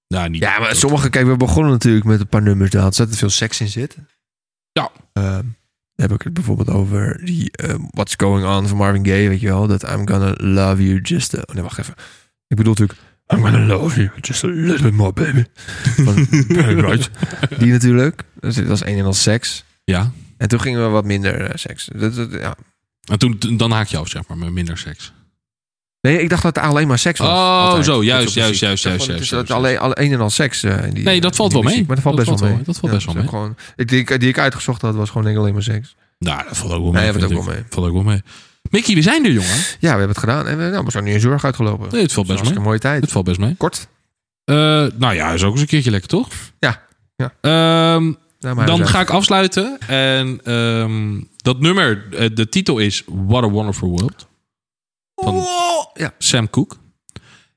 Speaker 2: Nou, niet
Speaker 1: Ja, maar sommige... Kijk, we begonnen natuurlijk met een paar nummers. Daar had ontzettend veel seks in zitten.
Speaker 2: Ja.
Speaker 1: Ehm, dan heb ik het bijvoorbeeld over die ehm, What's Going On van Marvin Gaye, weet je wel. Dat I'm gonna love you just a... Oh, nee, wacht even. Ik bedoel natuurlijk... I'm gonna love you just a little bit more, baby. Van Barry White. Die natuurlijk. Dus dat was een en al seks.
Speaker 2: Ja.
Speaker 1: En toen gingen we wat minder eh, seks. Dat, dat- ja.
Speaker 2: En toen, toen- dan haak je af, zeg maar, met minder seks.
Speaker 1: Nee, ik dacht dat het alleen maar seks was.
Speaker 2: Oh,
Speaker 1: altijd.
Speaker 2: zo,
Speaker 1: Dat
Speaker 2: juist,
Speaker 1: op muziek.
Speaker 2: juist, juist,
Speaker 1: Ik
Speaker 2: juist,
Speaker 1: dacht van, het is
Speaker 2: juist,
Speaker 1: dat Alleen, alleen en al seks. eh, in die,
Speaker 2: Nee, dat
Speaker 1: eh,
Speaker 2: valt
Speaker 1: in die
Speaker 2: wel mee.
Speaker 1: muziek. Maar dat valt
Speaker 2: Dat
Speaker 1: best
Speaker 2: valt
Speaker 1: wel
Speaker 2: wel-
Speaker 1: mee.
Speaker 2: dat valt best wel
Speaker 1: dus
Speaker 2: mee.
Speaker 1: Gewoon, ik, die, die ik uitgezocht had, was gewoon enkel alleen maar seks.
Speaker 2: Nou, dat valt ook wel mee.
Speaker 1: Nee, dat valt
Speaker 2: vind
Speaker 1: ook wel
Speaker 2: ik. Valt ook wel mee. Mickey, we zijn er, jongen.
Speaker 1: Ja, we hebben het gedaan. En we, nou, we zijn nu in zorg uitgelopen.
Speaker 2: Nee, het valt best mee.
Speaker 1: een mooie tijd.
Speaker 2: Het valt best mee.
Speaker 1: Kort.
Speaker 2: Eh, nou ja, is ook eens een keertje lekker, toch?
Speaker 1: Ja. ja.
Speaker 2: Ehm,
Speaker 1: Ja, maar
Speaker 2: dan
Speaker 1: dus
Speaker 2: ga
Speaker 1: uit.
Speaker 2: ik afsluiten. En ehm, dat nummer, eh, de titel is What a Wonderful World. Van
Speaker 1: ja.
Speaker 2: Sam Cooke.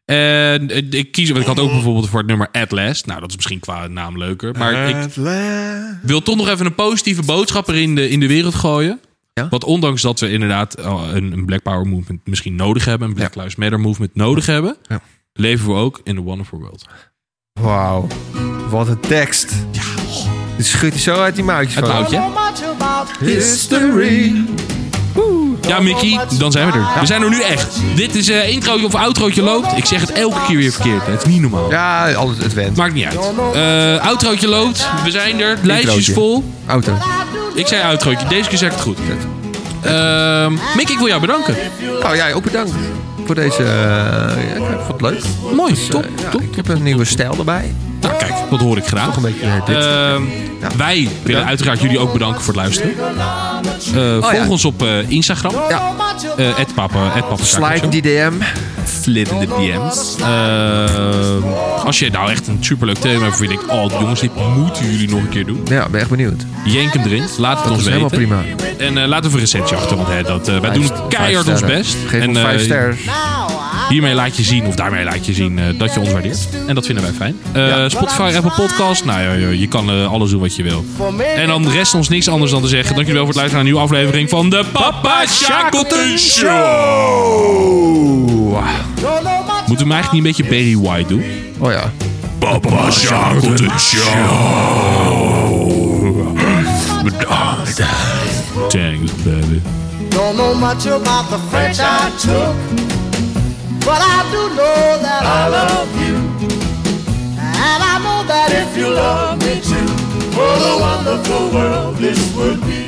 Speaker 2: En eh, ik kies, want ik had ook bijvoorbeeld voor het nummer At Last. Nou, dat is misschien qua naam leuker. Maar ik wil toch nog even een positieve boodschap er in de, in de wereld gooien. Want ondanks dat we inderdaad eh, een, een Black Power Movement misschien nodig hebben. Een Black Lives Matter Movement nodig hebben. Leven we ook in the wonderful world.
Speaker 1: Wauw. Wat een tekst. Ja. Dit schudt hij zo uit die muitjes.
Speaker 2: Het
Speaker 1: van.
Speaker 2: loutje.
Speaker 1: History.
Speaker 2: Ja, Mickey, dan zijn we er. We zijn er nu echt. Dit is eh introotje of outrootje loopt. Ik zeg het elke keer weer verkeerd. hè. Het is niet normaal.
Speaker 1: Ja, alles, het went.
Speaker 2: Maakt niet uit. Eh outrootje loopt. We zijn er. Het lijstje is
Speaker 1: Introotje.
Speaker 2: vol.
Speaker 1: Auto.
Speaker 2: Ik zei outrootje. Deze keer zeg ik het goed. Ehm Mickey, ik wil jou bedanken.
Speaker 1: Nou, jij ook bedankt voor deze. eh, ja, ik vond het leuk.
Speaker 2: Mooi,
Speaker 1: Dus, eh,
Speaker 2: top,
Speaker 1: ja,
Speaker 2: top.
Speaker 1: Ik heb een nieuwe stijl erbij.
Speaker 2: Nou, kijk, dat hoor ik graag.
Speaker 1: Toch een beetje eh, dit.
Speaker 2: Ehm, Wij willen uiteraard jullie ook bedanken voor het luisteren. Eh, volg
Speaker 1: Oh ja.
Speaker 2: ons op eh, Instagram. Eh, Ja.
Speaker 1: Slide in die DM.
Speaker 2: Slide in de DM's. Eh, als je nou echt een superleuk thema hebt, vind ik, oh jongens, dit moeten jullie nog een keer doen.
Speaker 1: Ja, ben echt benieuwd.
Speaker 2: Jenk hem erin. Laat het
Speaker 1: Dat
Speaker 2: ons
Speaker 1: is
Speaker 2: weten.
Speaker 1: helemaal prima.
Speaker 2: En eh laten we een recensie achter. Want hè, dat, eh, wij
Speaker 1: Vijf-
Speaker 2: doen
Speaker 1: vijf
Speaker 2: keihard ons
Speaker 1: sterren.
Speaker 2: best.
Speaker 1: Geef ons
Speaker 2: eh,
Speaker 1: vijf sterren.
Speaker 2: Hiermee laat je zien, of daarmee laat je zien, eh, dat je ons waardeert. En dat vinden wij fijn. Eh, Spotify, Apple Podcast. Nou ja, je, je kan eh, alles doen wat je wil. En dan rest ons niks anders dan te zeggen. Dank jullie wel voor het luisteren naar een nieuwe aflevering van de Papa Shackleton Show. Moeten we hem eigenlijk niet een beetje Barry White doen?
Speaker 1: Oh ja.
Speaker 2: Papa Shackleton Show. Bedankt. Thanks, baby.
Speaker 4: Don't know much about the French I took, but I do know that I love you. And I know that if you love me too, what a wonderful world this would be.